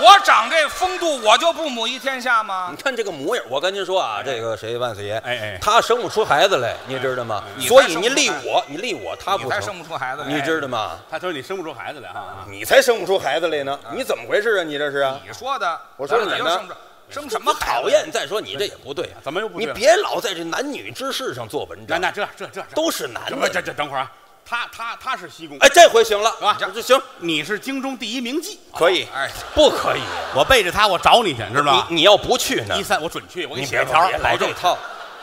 [SPEAKER 3] 我长这风度，我就不母仪天下吗
[SPEAKER 4] 你？看这个模样，我跟您说啊，这个谁万岁爷，
[SPEAKER 2] 哎哎
[SPEAKER 4] 他生不出孩子来，你知道吗？
[SPEAKER 3] 哎你才
[SPEAKER 4] 所以
[SPEAKER 3] 生
[SPEAKER 4] 你
[SPEAKER 3] 不出
[SPEAKER 4] 立
[SPEAKER 3] 孩子
[SPEAKER 4] 我，你立我，他
[SPEAKER 3] 你
[SPEAKER 4] 不
[SPEAKER 3] 才
[SPEAKER 4] 成，
[SPEAKER 3] 生不出孩子来，
[SPEAKER 4] 你知道吗？
[SPEAKER 2] 他说你生不出孩子来啊，
[SPEAKER 4] 你才生不出孩子来呢，你怎么回事啊？你这是啊？
[SPEAKER 3] 你说的，
[SPEAKER 4] 我说
[SPEAKER 3] 咱们
[SPEAKER 4] 你
[SPEAKER 3] 又
[SPEAKER 4] 呢
[SPEAKER 3] 生不生什么孩子
[SPEAKER 4] 讨厌？再说你这也不对啊，
[SPEAKER 2] 怎么又不对
[SPEAKER 4] 你
[SPEAKER 2] 了
[SPEAKER 4] 别老在这男女之事上做文
[SPEAKER 2] 那
[SPEAKER 4] 章，
[SPEAKER 2] 那这这这这
[SPEAKER 4] 都是男
[SPEAKER 2] 这
[SPEAKER 4] 的。
[SPEAKER 2] 这这等会儿啊，他他他是西宫，
[SPEAKER 4] 哎，这回行了
[SPEAKER 2] 吧
[SPEAKER 4] 这行
[SPEAKER 2] 你是京中第一名妓，
[SPEAKER 4] 可以，
[SPEAKER 3] 哎，
[SPEAKER 4] 不可以？
[SPEAKER 2] 我背着他我找你去，知道吧？
[SPEAKER 4] 你你要不去呢
[SPEAKER 2] 一？三我准去，我给
[SPEAKER 4] 你
[SPEAKER 2] 你写
[SPEAKER 4] 别
[SPEAKER 2] 一条，
[SPEAKER 4] 别来
[SPEAKER 2] 保
[SPEAKER 4] 这
[SPEAKER 2] 证。
[SPEAKER 4] 套，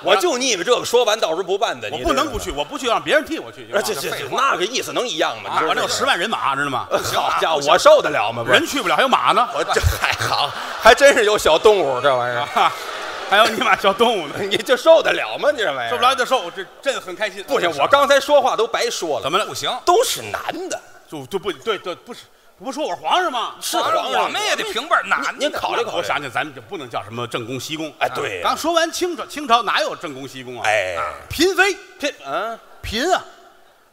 [SPEAKER 4] 我就腻歪这个说完到时候不办的，
[SPEAKER 2] 我
[SPEAKER 4] 你
[SPEAKER 2] 不
[SPEAKER 4] 知道
[SPEAKER 2] 能
[SPEAKER 4] 吗
[SPEAKER 2] 不。去，我不去让别人替我去。
[SPEAKER 4] 啊，这
[SPEAKER 2] 这
[SPEAKER 4] 这
[SPEAKER 3] 废
[SPEAKER 4] 这
[SPEAKER 3] 话
[SPEAKER 4] 那个意思能一样吗？你知道
[SPEAKER 2] 完了有
[SPEAKER 4] 吗
[SPEAKER 2] 十万人马，知道吗？
[SPEAKER 4] 好家伙，我受得了吗？ [laughs] 不是
[SPEAKER 2] 人去不了，还有马呢， [laughs]
[SPEAKER 4] 我 [laughs] 这还好，还真是有小动物这玩意儿，
[SPEAKER 2] 啊还有你妈小动物呢，
[SPEAKER 4] 你这受得了吗？你这玩意儿
[SPEAKER 2] 受不了就受，这朕很开心。
[SPEAKER 4] 不行，我刚才说话都白说了
[SPEAKER 2] 怎，么了？
[SPEAKER 3] 不行，
[SPEAKER 4] 都是男的，
[SPEAKER 2] 就就不对对不是不说我是皇上吗？
[SPEAKER 4] 是
[SPEAKER 3] 当然
[SPEAKER 4] 皇上
[SPEAKER 3] 我们也得平辈儿男
[SPEAKER 4] 您
[SPEAKER 3] 的，
[SPEAKER 4] 考虑考虑
[SPEAKER 2] 我，想想，咱们就不能叫什么正宫西宫。
[SPEAKER 4] 哎，对，
[SPEAKER 2] 刚说完清朝，清朝哪有正宫西宫啊？，
[SPEAKER 4] 哎，
[SPEAKER 2] 嫔妃
[SPEAKER 4] 这嗯，
[SPEAKER 2] 嫔啊，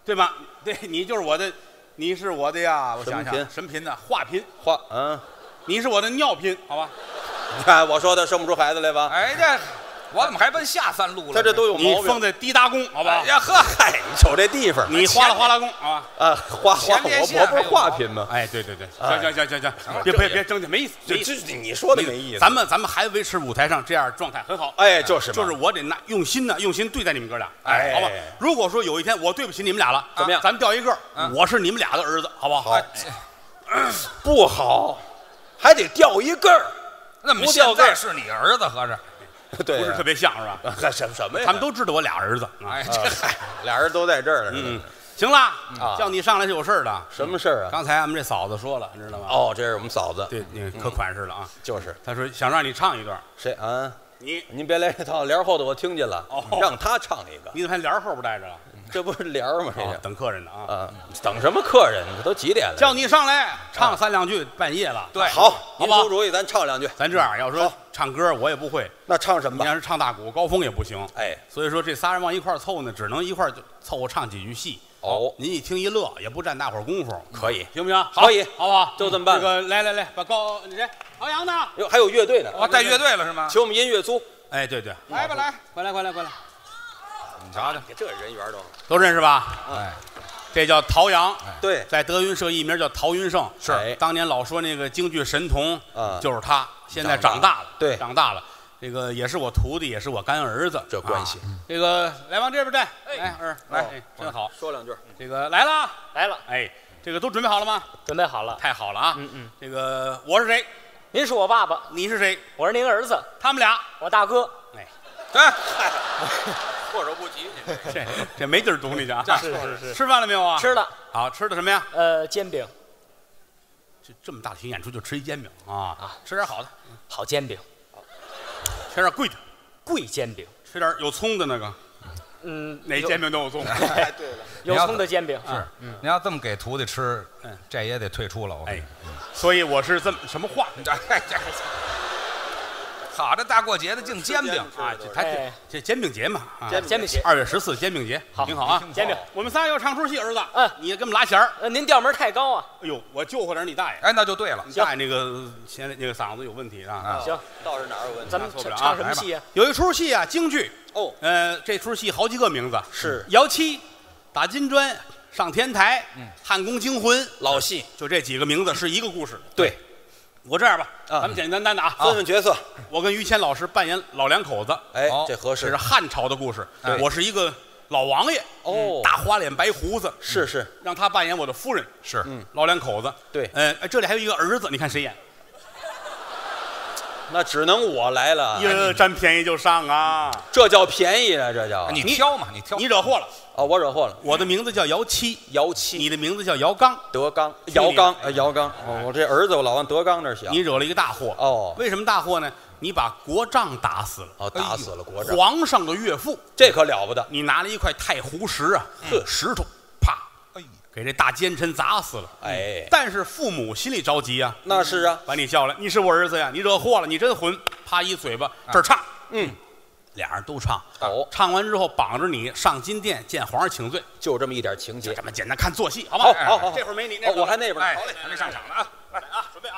[SPEAKER 2] 对吧？对你就是我的，你是我的呀。我想
[SPEAKER 4] 什么嫔
[SPEAKER 2] 想，什么嫔呢？画嫔，
[SPEAKER 4] 花嗯，
[SPEAKER 2] 你是我的尿嫔，好吧？
[SPEAKER 4] 你看我说他生不出孩子来吧？
[SPEAKER 3] 哎这，我怎么还奔下三路了？
[SPEAKER 4] 他这都有
[SPEAKER 2] 你
[SPEAKER 4] 毛
[SPEAKER 2] 封
[SPEAKER 4] 病。
[SPEAKER 2] 在滴答宫，好吧
[SPEAKER 3] 哎？呀呵，
[SPEAKER 4] 嗨，你瞅这地方，
[SPEAKER 2] 你哗啦哗啦宫，好吧？
[SPEAKER 4] 啊，花花
[SPEAKER 3] 前
[SPEAKER 4] 我
[SPEAKER 3] 列腺
[SPEAKER 4] 我不
[SPEAKER 3] 还
[SPEAKER 4] 是
[SPEAKER 3] 有
[SPEAKER 4] 画
[SPEAKER 3] 毛
[SPEAKER 4] 嫔吗？
[SPEAKER 2] 哎，对对对，
[SPEAKER 4] 哎
[SPEAKER 2] 行行行行行，别
[SPEAKER 4] 这也
[SPEAKER 2] 别别争去，没意思，没
[SPEAKER 4] 这
[SPEAKER 2] 意思。
[SPEAKER 4] 这你说的没意思。
[SPEAKER 2] 咱们咱们还维持舞台上这样状态很好，
[SPEAKER 4] 哎，就是嘛
[SPEAKER 2] 就是我得拿用心呢，用心对待你们哥俩，
[SPEAKER 4] 哎
[SPEAKER 2] 好吧？如果说有一天我对不起你们俩了，
[SPEAKER 4] 怎么样嗯
[SPEAKER 2] 咱们掉一个儿，我是你们俩的儿子，好不好哎
[SPEAKER 3] 啊？这
[SPEAKER 4] 不好，还得掉一个儿，
[SPEAKER 3] 那么
[SPEAKER 4] 不
[SPEAKER 3] 现
[SPEAKER 4] 掉个
[SPEAKER 3] 在
[SPEAKER 4] 儿
[SPEAKER 3] 是你儿子合着？
[SPEAKER 4] 对
[SPEAKER 2] 不
[SPEAKER 4] 呀，
[SPEAKER 2] 是特别像是吧？
[SPEAKER 4] 别什么什么呀？
[SPEAKER 2] 他们都知道我俩儿子，
[SPEAKER 3] 哎，
[SPEAKER 2] 哎，
[SPEAKER 3] 这
[SPEAKER 4] 啊
[SPEAKER 3] 嗨，
[SPEAKER 4] 俩人都在这儿了，嗯
[SPEAKER 2] 嗯，，行了
[SPEAKER 4] 啊，
[SPEAKER 2] 叫你上来是有事儿的。
[SPEAKER 4] 什么事儿啊？
[SPEAKER 2] 刚才俺们这嫂子说了，你知道吗？，
[SPEAKER 4] 哦，嗯这是我们嫂子，
[SPEAKER 2] 对，你可款式了啊。
[SPEAKER 4] 就是
[SPEAKER 2] 她说想让你唱一段，
[SPEAKER 4] 谁啊？
[SPEAKER 2] 你
[SPEAKER 4] 您别来这套，帘儿后头我听见了，
[SPEAKER 2] 哦
[SPEAKER 4] 让他唱一个，
[SPEAKER 2] 你怎么还帘儿后边带着了？
[SPEAKER 4] 这不是帘儿吗？这
[SPEAKER 2] 啊
[SPEAKER 4] 是
[SPEAKER 2] 等客人呢啊。
[SPEAKER 4] 啊，等什么客人？这都几点了？
[SPEAKER 2] 叫你上来唱三两句，半夜了。啊
[SPEAKER 3] 对，
[SPEAKER 4] 啊好，
[SPEAKER 2] 好
[SPEAKER 4] 您
[SPEAKER 2] 吧
[SPEAKER 4] 出主意，咱唱两句。
[SPEAKER 2] 咱这样，要说唱歌我也不会，
[SPEAKER 4] 那唱什么
[SPEAKER 2] 你
[SPEAKER 4] 吧？
[SPEAKER 2] 要是唱大鼓，高峰也不行。
[SPEAKER 4] 哎，
[SPEAKER 2] 所以说这仨人往一块儿凑呢，只能一块儿就凑合唱几句戏。
[SPEAKER 4] 哦
[SPEAKER 2] 您一听一乐，也不占大伙儿功夫，
[SPEAKER 4] 可以。
[SPEAKER 2] 行不行？
[SPEAKER 4] 可以
[SPEAKER 2] 好不好？
[SPEAKER 4] 就这么办
[SPEAKER 2] 这个来来来，把高你谁？朝阳呢？
[SPEAKER 4] 哟，还有乐队呢，
[SPEAKER 3] 我带乐队了是吗？
[SPEAKER 4] 请我们音乐组。
[SPEAKER 2] 哎，对对，
[SPEAKER 3] 来吧来，
[SPEAKER 2] 快来快来快来，
[SPEAKER 3] 你瞧瞧，
[SPEAKER 4] 你这人缘都
[SPEAKER 2] 都认识吧？
[SPEAKER 3] 哎，
[SPEAKER 2] 这叫陶阳，
[SPEAKER 4] 对，
[SPEAKER 2] 在德云社艺名叫陶云胜，
[SPEAKER 4] 哎是哎
[SPEAKER 2] 当年老说那个京剧神童，
[SPEAKER 4] 嗯
[SPEAKER 2] 就是他，现在
[SPEAKER 4] 长
[SPEAKER 2] 长大了，
[SPEAKER 4] 对
[SPEAKER 2] 长大了。这个也是我徒弟，也是我干儿子，
[SPEAKER 4] 这关系
[SPEAKER 2] 啊这个来往这边站，来儿来，
[SPEAKER 4] 哦
[SPEAKER 2] 哎真好。
[SPEAKER 4] 说两句。
[SPEAKER 2] 这个来了，
[SPEAKER 6] 来了，
[SPEAKER 2] 哎，这个都准备好了吗？
[SPEAKER 6] 准备好了。
[SPEAKER 2] 太好了啊！
[SPEAKER 6] 嗯嗯，
[SPEAKER 2] 这个我是谁？
[SPEAKER 7] 您是我爸爸，
[SPEAKER 2] 你是谁？
[SPEAKER 7] 我是您儿子，
[SPEAKER 2] 他们
[SPEAKER 7] [laughs]
[SPEAKER 2] 俩，
[SPEAKER 7] 我大哥。
[SPEAKER 2] 哎，
[SPEAKER 3] 哎，
[SPEAKER 4] 措手不及，您
[SPEAKER 2] 这这没地儿懂你去啊！是
[SPEAKER 7] 是是，
[SPEAKER 2] 吃饭了没有啊？
[SPEAKER 7] 吃了，
[SPEAKER 2] 好吃的什么呀？
[SPEAKER 7] 呃，煎饼，
[SPEAKER 2] 这这么大庭演出就吃一煎饼啊！吃点好的，
[SPEAKER 7] 好煎饼，
[SPEAKER 2] 吃点贵的，
[SPEAKER 7] 贵煎饼。
[SPEAKER 2] 吃点有葱的那个，
[SPEAKER 7] 嗯，
[SPEAKER 2] 哪煎饼都有葱。
[SPEAKER 4] 这哎，对了，
[SPEAKER 7] 有有葱的煎饼
[SPEAKER 8] 是，
[SPEAKER 4] 嗯
[SPEAKER 8] 你要这么给徒弟吃，这也得退出了。我跟你
[SPEAKER 2] 哎，所以我是这么什么话
[SPEAKER 8] 这这， [laughs] 好这大过节的净煎饼，
[SPEAKER 2] 啊？这他这
[SPEAKER 7] 哎
[SPEAKER 2] 这煎饼节嘛，啊
[SPEAKER 7] 煎煎饼节。
[SPEAKER 2] 二月十四煎饼节，
[SPEAKER 7] 好
[SPEAKER 2] 挺好啊。
[SPEAKER 7] 煎饼，
[SPEAKER 2] 我们仨要唱出戏，儿子，
[SPEAKER 7] 嗯
[SPEAKER 2] 你也给我们拉弦儿。
[SPEAKER 7] 呃，您调门太高啊。
[SPEAKER 2] 哎呦，我救活点你大爷，
[SPEAKER 8] 哎，那就对了。
[SPEAKER 2] 你大爷那个现在那个嗓子有问题啊。
[SPEAKER 7] 行，
[SPEAKER 4] 倒是哪儿有问题
[SPEAKER 7] 咱？们
[SPEAKER 2] 错不了啊
[SPEAKER 7] 唱什么戏啊？
[SPEAKER 2] 有一出戏啊，京剧
[SPEAKER 4] 哦
[SPEAKER 2] 呃，这出戏好几个名字
[SPEAKER 4] 是
[SPEAKER 2] 姚七、打金砖、上天台、汉宫惊魂，
[SPEAKER 4] 老戏，
[SPEAKER 2] 就这几个名字是一个故事。
[SPEAKER 4] 对，
[SPEAKER 2] 我这样吧，咱们简简单单的啊，
[SPEAKER 4] 分分角色，
[SPEAKER 2] 我跟于谦老师扮演老两口子，啊
[SPEAKER 4] 哎
[SPEAKER 8] 好，
[SPEAKER 4] 这合
[SPEAKER 2] 这是
[SPEAKER 4] 适。
[SPEAKER 2] 汉朝的故事，我是一个老王爷，
[SPEAKER 4] 哦
[SPEAKER 2] 大花脸白胡子，
[SPEAKER 4] 是是，
[SPEAKER 2] 让他扮演我的夫人，
[SPEAKER 8] 是，
[SPEAKER 2] 老两口子。
[SPEAKER 4] 对
[SPEAKER 2] 呃，哎这里还有一个儿子，你看谁演？
[SPEAKER 4] 那只能我来了，
[SPEAKER 2] 呀，占便宜就上啊！
[SPEAKER 4] 这叫便宜啊，这叫
[SPEAKER 8] 你挑嘛，你挑
[SPEAKER 2] 你。惹祸了，
[SPEAKER 4] 哦，我惹祸了。
[SPEAKER 2] 我的名字叫姚七，
[SPEAKER 4] 姚七，
[SPEAKER 2] 你的名字叫姚刚，
[SPEAKER 4] 德刚，
[SPEAKER 2] 里
[SPEAKER 4] 姚刚，呃姚刚，哦，我这儿子我老往德刚那儿想
[SPEAKER 2] 你。惹了一个大祸。
[SPEAKER 4] 哦
[SPEAKER 2] 为什么大祸呢？你把国丈打死了，
[SPEAKER 4] 哦，打死了国丈，
[SPEAKER 2] 皇上的岳父，
[SPEAKER 4] 这可了不得。
[SPEAKER 2] 你拿了一块太湖石啊，
[SPEAKER 4] 呵
[SPEAKER 2] 石头，啪，给这大奸臣砸死了。
[SPEAKER 4] 哎，
[SPEAKER 2] 但是父母心里着急啊，
[SPEAKER 4] 那是啊，
[SPEAKER 2] 把你叫来，啊你是我儿子呀，你惹祸了，你真混，啪一嘴巴，这儿唱，
[SPEAKER 4] 嗯，
[SPEAKER 2] 俩人都唱，
[SPEAKER 4] 哦，
[SPEAKER 2] 唱完之后绑着你上金殿见皇上请罪，
[SPEAKER 4] 就这么一点情
[SPEAKER 2] 就
[SPEAKER 4] 节
[SPEAKER 2] 这。么简单，看做戏，好吧？
[SPEAKER 4] 好
[SPEAKER 2] 哎
[SPEAKER 4] 好好好
[SPEAKER 2] 这会儿没你，那
[SPEAKER 4] 哦，
[SPEAKER 2] 会儿
[SPEAKER 4] 我还那边
[SPEAKER 8] 哎
[SPEAKER 4] 呢。，
[SPEAKER 8] 还没上场呢啊！
[SPEAKER 2] 来啊，准备啊，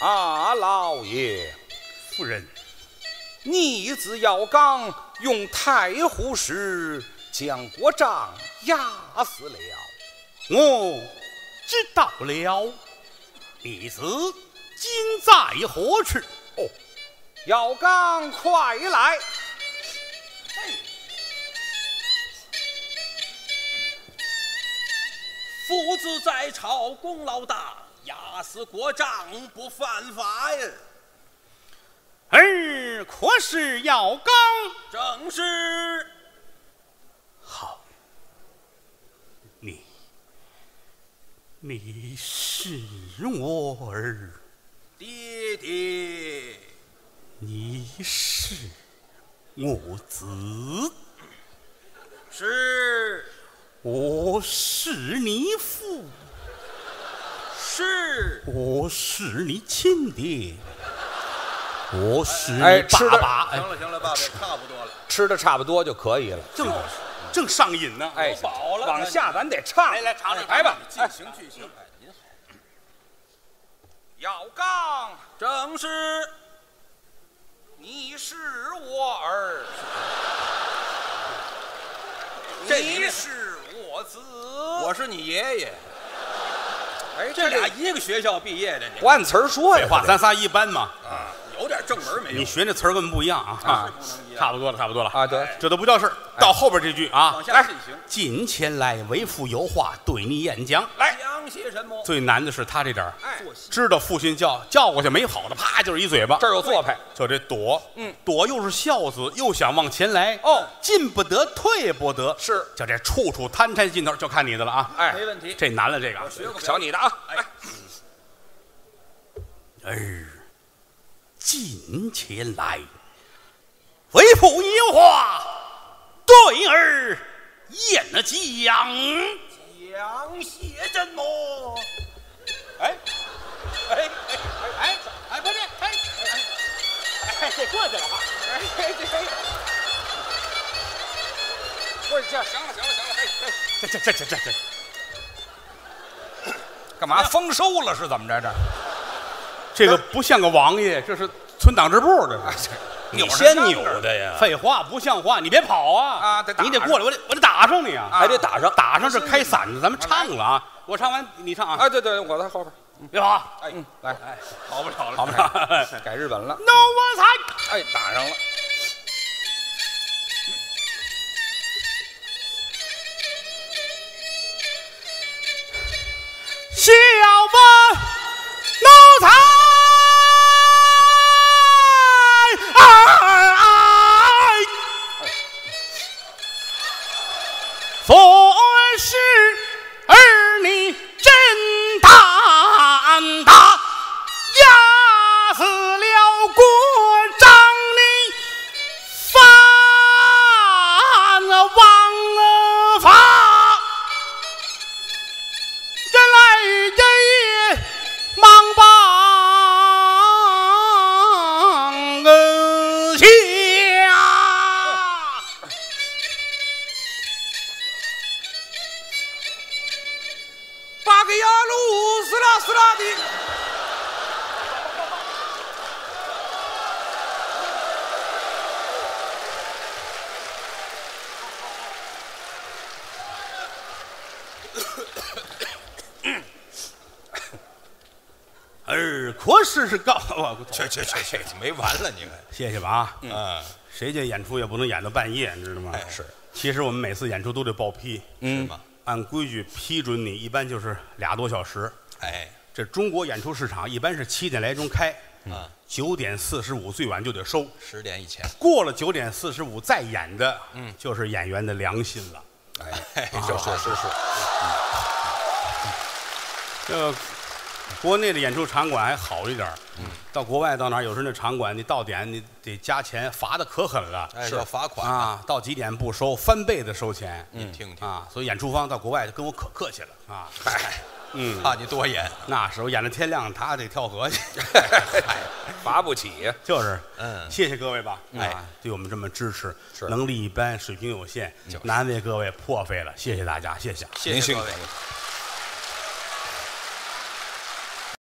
[SPEAKER 3] 啊，老爷，
[SPEAKER 2] 夫人，
[SPEAKER 3] 你子要刚，用太湖石将国丈压死了。
[SPEAKER 2] 我知道了，你子今在何处？
[SPEAKER 3] 要刚，快来！
[SPEAKER 4] 父子在朝功劳大，压死国丈不犯法呀。
[SPEAKER 2] 儿可是要刚，
[SPEAKER 4] 正是
[SPEAKER 2] 你，你是我儿，
[SPEAKER 4] 爹爹，
[SPEAKER 2] 你是我子，
[SPEAKER 4] 是
[SPEAKER 2] 我是你父，
[SPEAKER 4] 是
[SPEAKER 2] 我是你亲爹，我是你
[SPEAKER 3] 哎吃
[SPEAKER 2] 爸
[SPEAKER 3] 的
[SPEAKER 2] 爸，哎，
[SPEAKER 4] 了行了，爸爸差不多了。
[SPEAKER 3] 吃的差不多就可以了。
[SPEAKER 2] 正正上瘾呢，
[SPEAKER 3] 哎，
[SPEAKER 4] 饱了
[SPEAKER 3] 往下咱得唱。
[SPEAKER 2] 来来尝
[SPEAKER 8] 哎
[SPEAKER 2] 尝，
[SPEAKER 3] 来吧。
[SPEAKER 4] 进行剧情，您好，
[SPEAKER 3] 要刚，
[SPEAKER 4] 正是
[SPEAKER 3] 你是我儿，
[SPEAKER 4] 这
[SPEAKER 3] 你是我子。
[SPEAKER 4] 我是你爷爷。
[SPEAKER 3] 哎，
[SPEAKER 4] 这俩一个学校毕业的，你
[SPEAKER 3] 不按词儿说
[SPEAKER 2] 废
[SPEAKER 3] 呀。
[SPEAKER 2] 话，咱仨一般嘛，
[SPEAKER 4] 有点正门没
[SPEAKER 2] 你
[SPEAKER 4] 有？
[SPEAKER 2] 学那词儿跟我们不一样啊，啊，差不多了，差不多了
[SPEAKER 3] 哎啊哎得
[SPEAKER 2] 这都不叫事儿，到后边这句啊，
[SPEAKER 4] 往下进行。
[SPEAKER 2] 近前来，为父有话对你演讲。
[SPEAKER 4] 来，讲些什么？
[SPEAKER 2] 最难的是他这点儿，
[SPEAKER 4] 哎，
[SPEAKER 2] 知道父亲叫叫过去没跑的，啪就是一嘴巴。
[SPEAKER 3] 这儿有做派，
[SPEAKER 2] 就这躲，嗯，躲又是孝子，又想往前来，
[SPEAKER 3] 哦，
[SPEAKER 2] 进不得，退不得，
[SPEAKER 3] 是
[SPEAKER 2] 就这处处贪嗔心头，就看你的了啊！
[SPEAKER 3] 哎
[SPEAKER 4] 没，问题。
[SPEAKER 2] 这难了，这个啊。
[SPEAKER 4] 学过
[SPEAKER 3] 瞧你的啊。
[SPEAKER 2] 儿近前来，为父有话，对儿演了讲。
[SPEAKER 4] 讲些什么？
[SPEAKER 2] 哎，
[SPEAKER 4] 哎，
[SPEAKER 2] 哎哎，不是，哎哎，这过去了啊。
[SPEAKER 3] 不是，这行了，行了，行了，哎，
[SPEAKER 2] 这这这这这这，
[SPEAKER 8] 干嘛丰收了是怎么着？这
[SPEAKER 2] 这个不像个王爷，这是村党支部的。
[SPEAKER 8] 扭着
[SPEAKER 4] 先
[SPEAKER 8] 秧
[SPEAKER 4] 扭
[SPEAKER 8] 歌
[SPEAKER 4] 的呀，
[SPEAKER 2] 废话，不像话！你别跑啊！
[SPEAKER 8] 啊得打
[SPEAKER 2] 你得过来，我得我得打上你啊！
[SPEAKER 4] 还得打上。
[SPEAKER 2] 打上是开嗓子，咱们唱了啊！我唱完你唱啊！
[SPEAKER 3] 啊，对对，我在后边。
[SPEAKER 2] 别跑啊！
[SPEAKER 3] 哎，来，哎，
[SPEAKER 2] 跑不了了，
[SPEAKER 8] 跑不
[SPEAKER 2] [laughs]
[SPEAKER 8] 了
[SPEAKER 3] 改日本了。哎
[SPEAKER 2] No one
[SPEAKER 3] 哎，打上了。
[SPEAKER 2] 可是高，我
[SPEAKER 3] 去去去去，没完了你们。
[SPEAKER 2] 谢谢吧啊！
[SPEAKER 3] 嗯，
[SPEAKER 2] 谁家演出也不能演到半夜，你知道吗？
[SPEAKER 3] 哎是。
[SPEAKER 2] 其实我们每次演出都得报批，
[SPEAKER 3] 嗯，吗？
[SPEAKER 2] 按规矩批准你一般就是俩多小时。
[SPEAKER 3] 哎，
[SPEAKER 2] 这中国演出市场一般是七点来钟开，
[SPEAKER 3] 啊，
[SPEAKER 2] 九点四十五最晚就得收。
[SPEAKER 3] 十点以前，
[SPEAKER 2] 过了九点四十五再演的，嗯，就是演员的良心了。
[SPEAKER 3] [laughs] 哎，是是是是，
[SPEAKER 2] 这国内的演出场馆还好一点儿，
[SPEAKER 3] 嗯
[SPEAKER 2] 到国外到哪儿，有时候那场馆你到点你得加钱，罚的可狠了。
[SPEAKER 3] 哎要罚款嗯啊，
[SPEAKER 2] 啊，到几点不收，翻倍的收钱。
[SPEAKER 3] 你听听，
[SPEAKER 2] 啊，所以演出方到国外就跟我可客气了啊。
[SPEAKER 3] 嗨，
[SPEAKER 2] 嗯，
[SPEAKER 3] 怕你多演，
[SPEAKER 2] 那时候演到天亮，他得跳河去。
[SPEAKER 3] [laughs] 罚不起呀。
[SPEAKER 2] 就是，
[SPEAKER 3] 嗯
[SPEAKER 2] 谢谢各位吧，
[SPEAKER 3] 哎
[SPEAKER 2] 啊，对我们这么支持，
[SPEAKER 3] 是
[SPEAKER 2] 能力一般，水平有限，难为各位破费了，谢谢大家，谢谢。
[SPEAKER 3] 您辛苦了。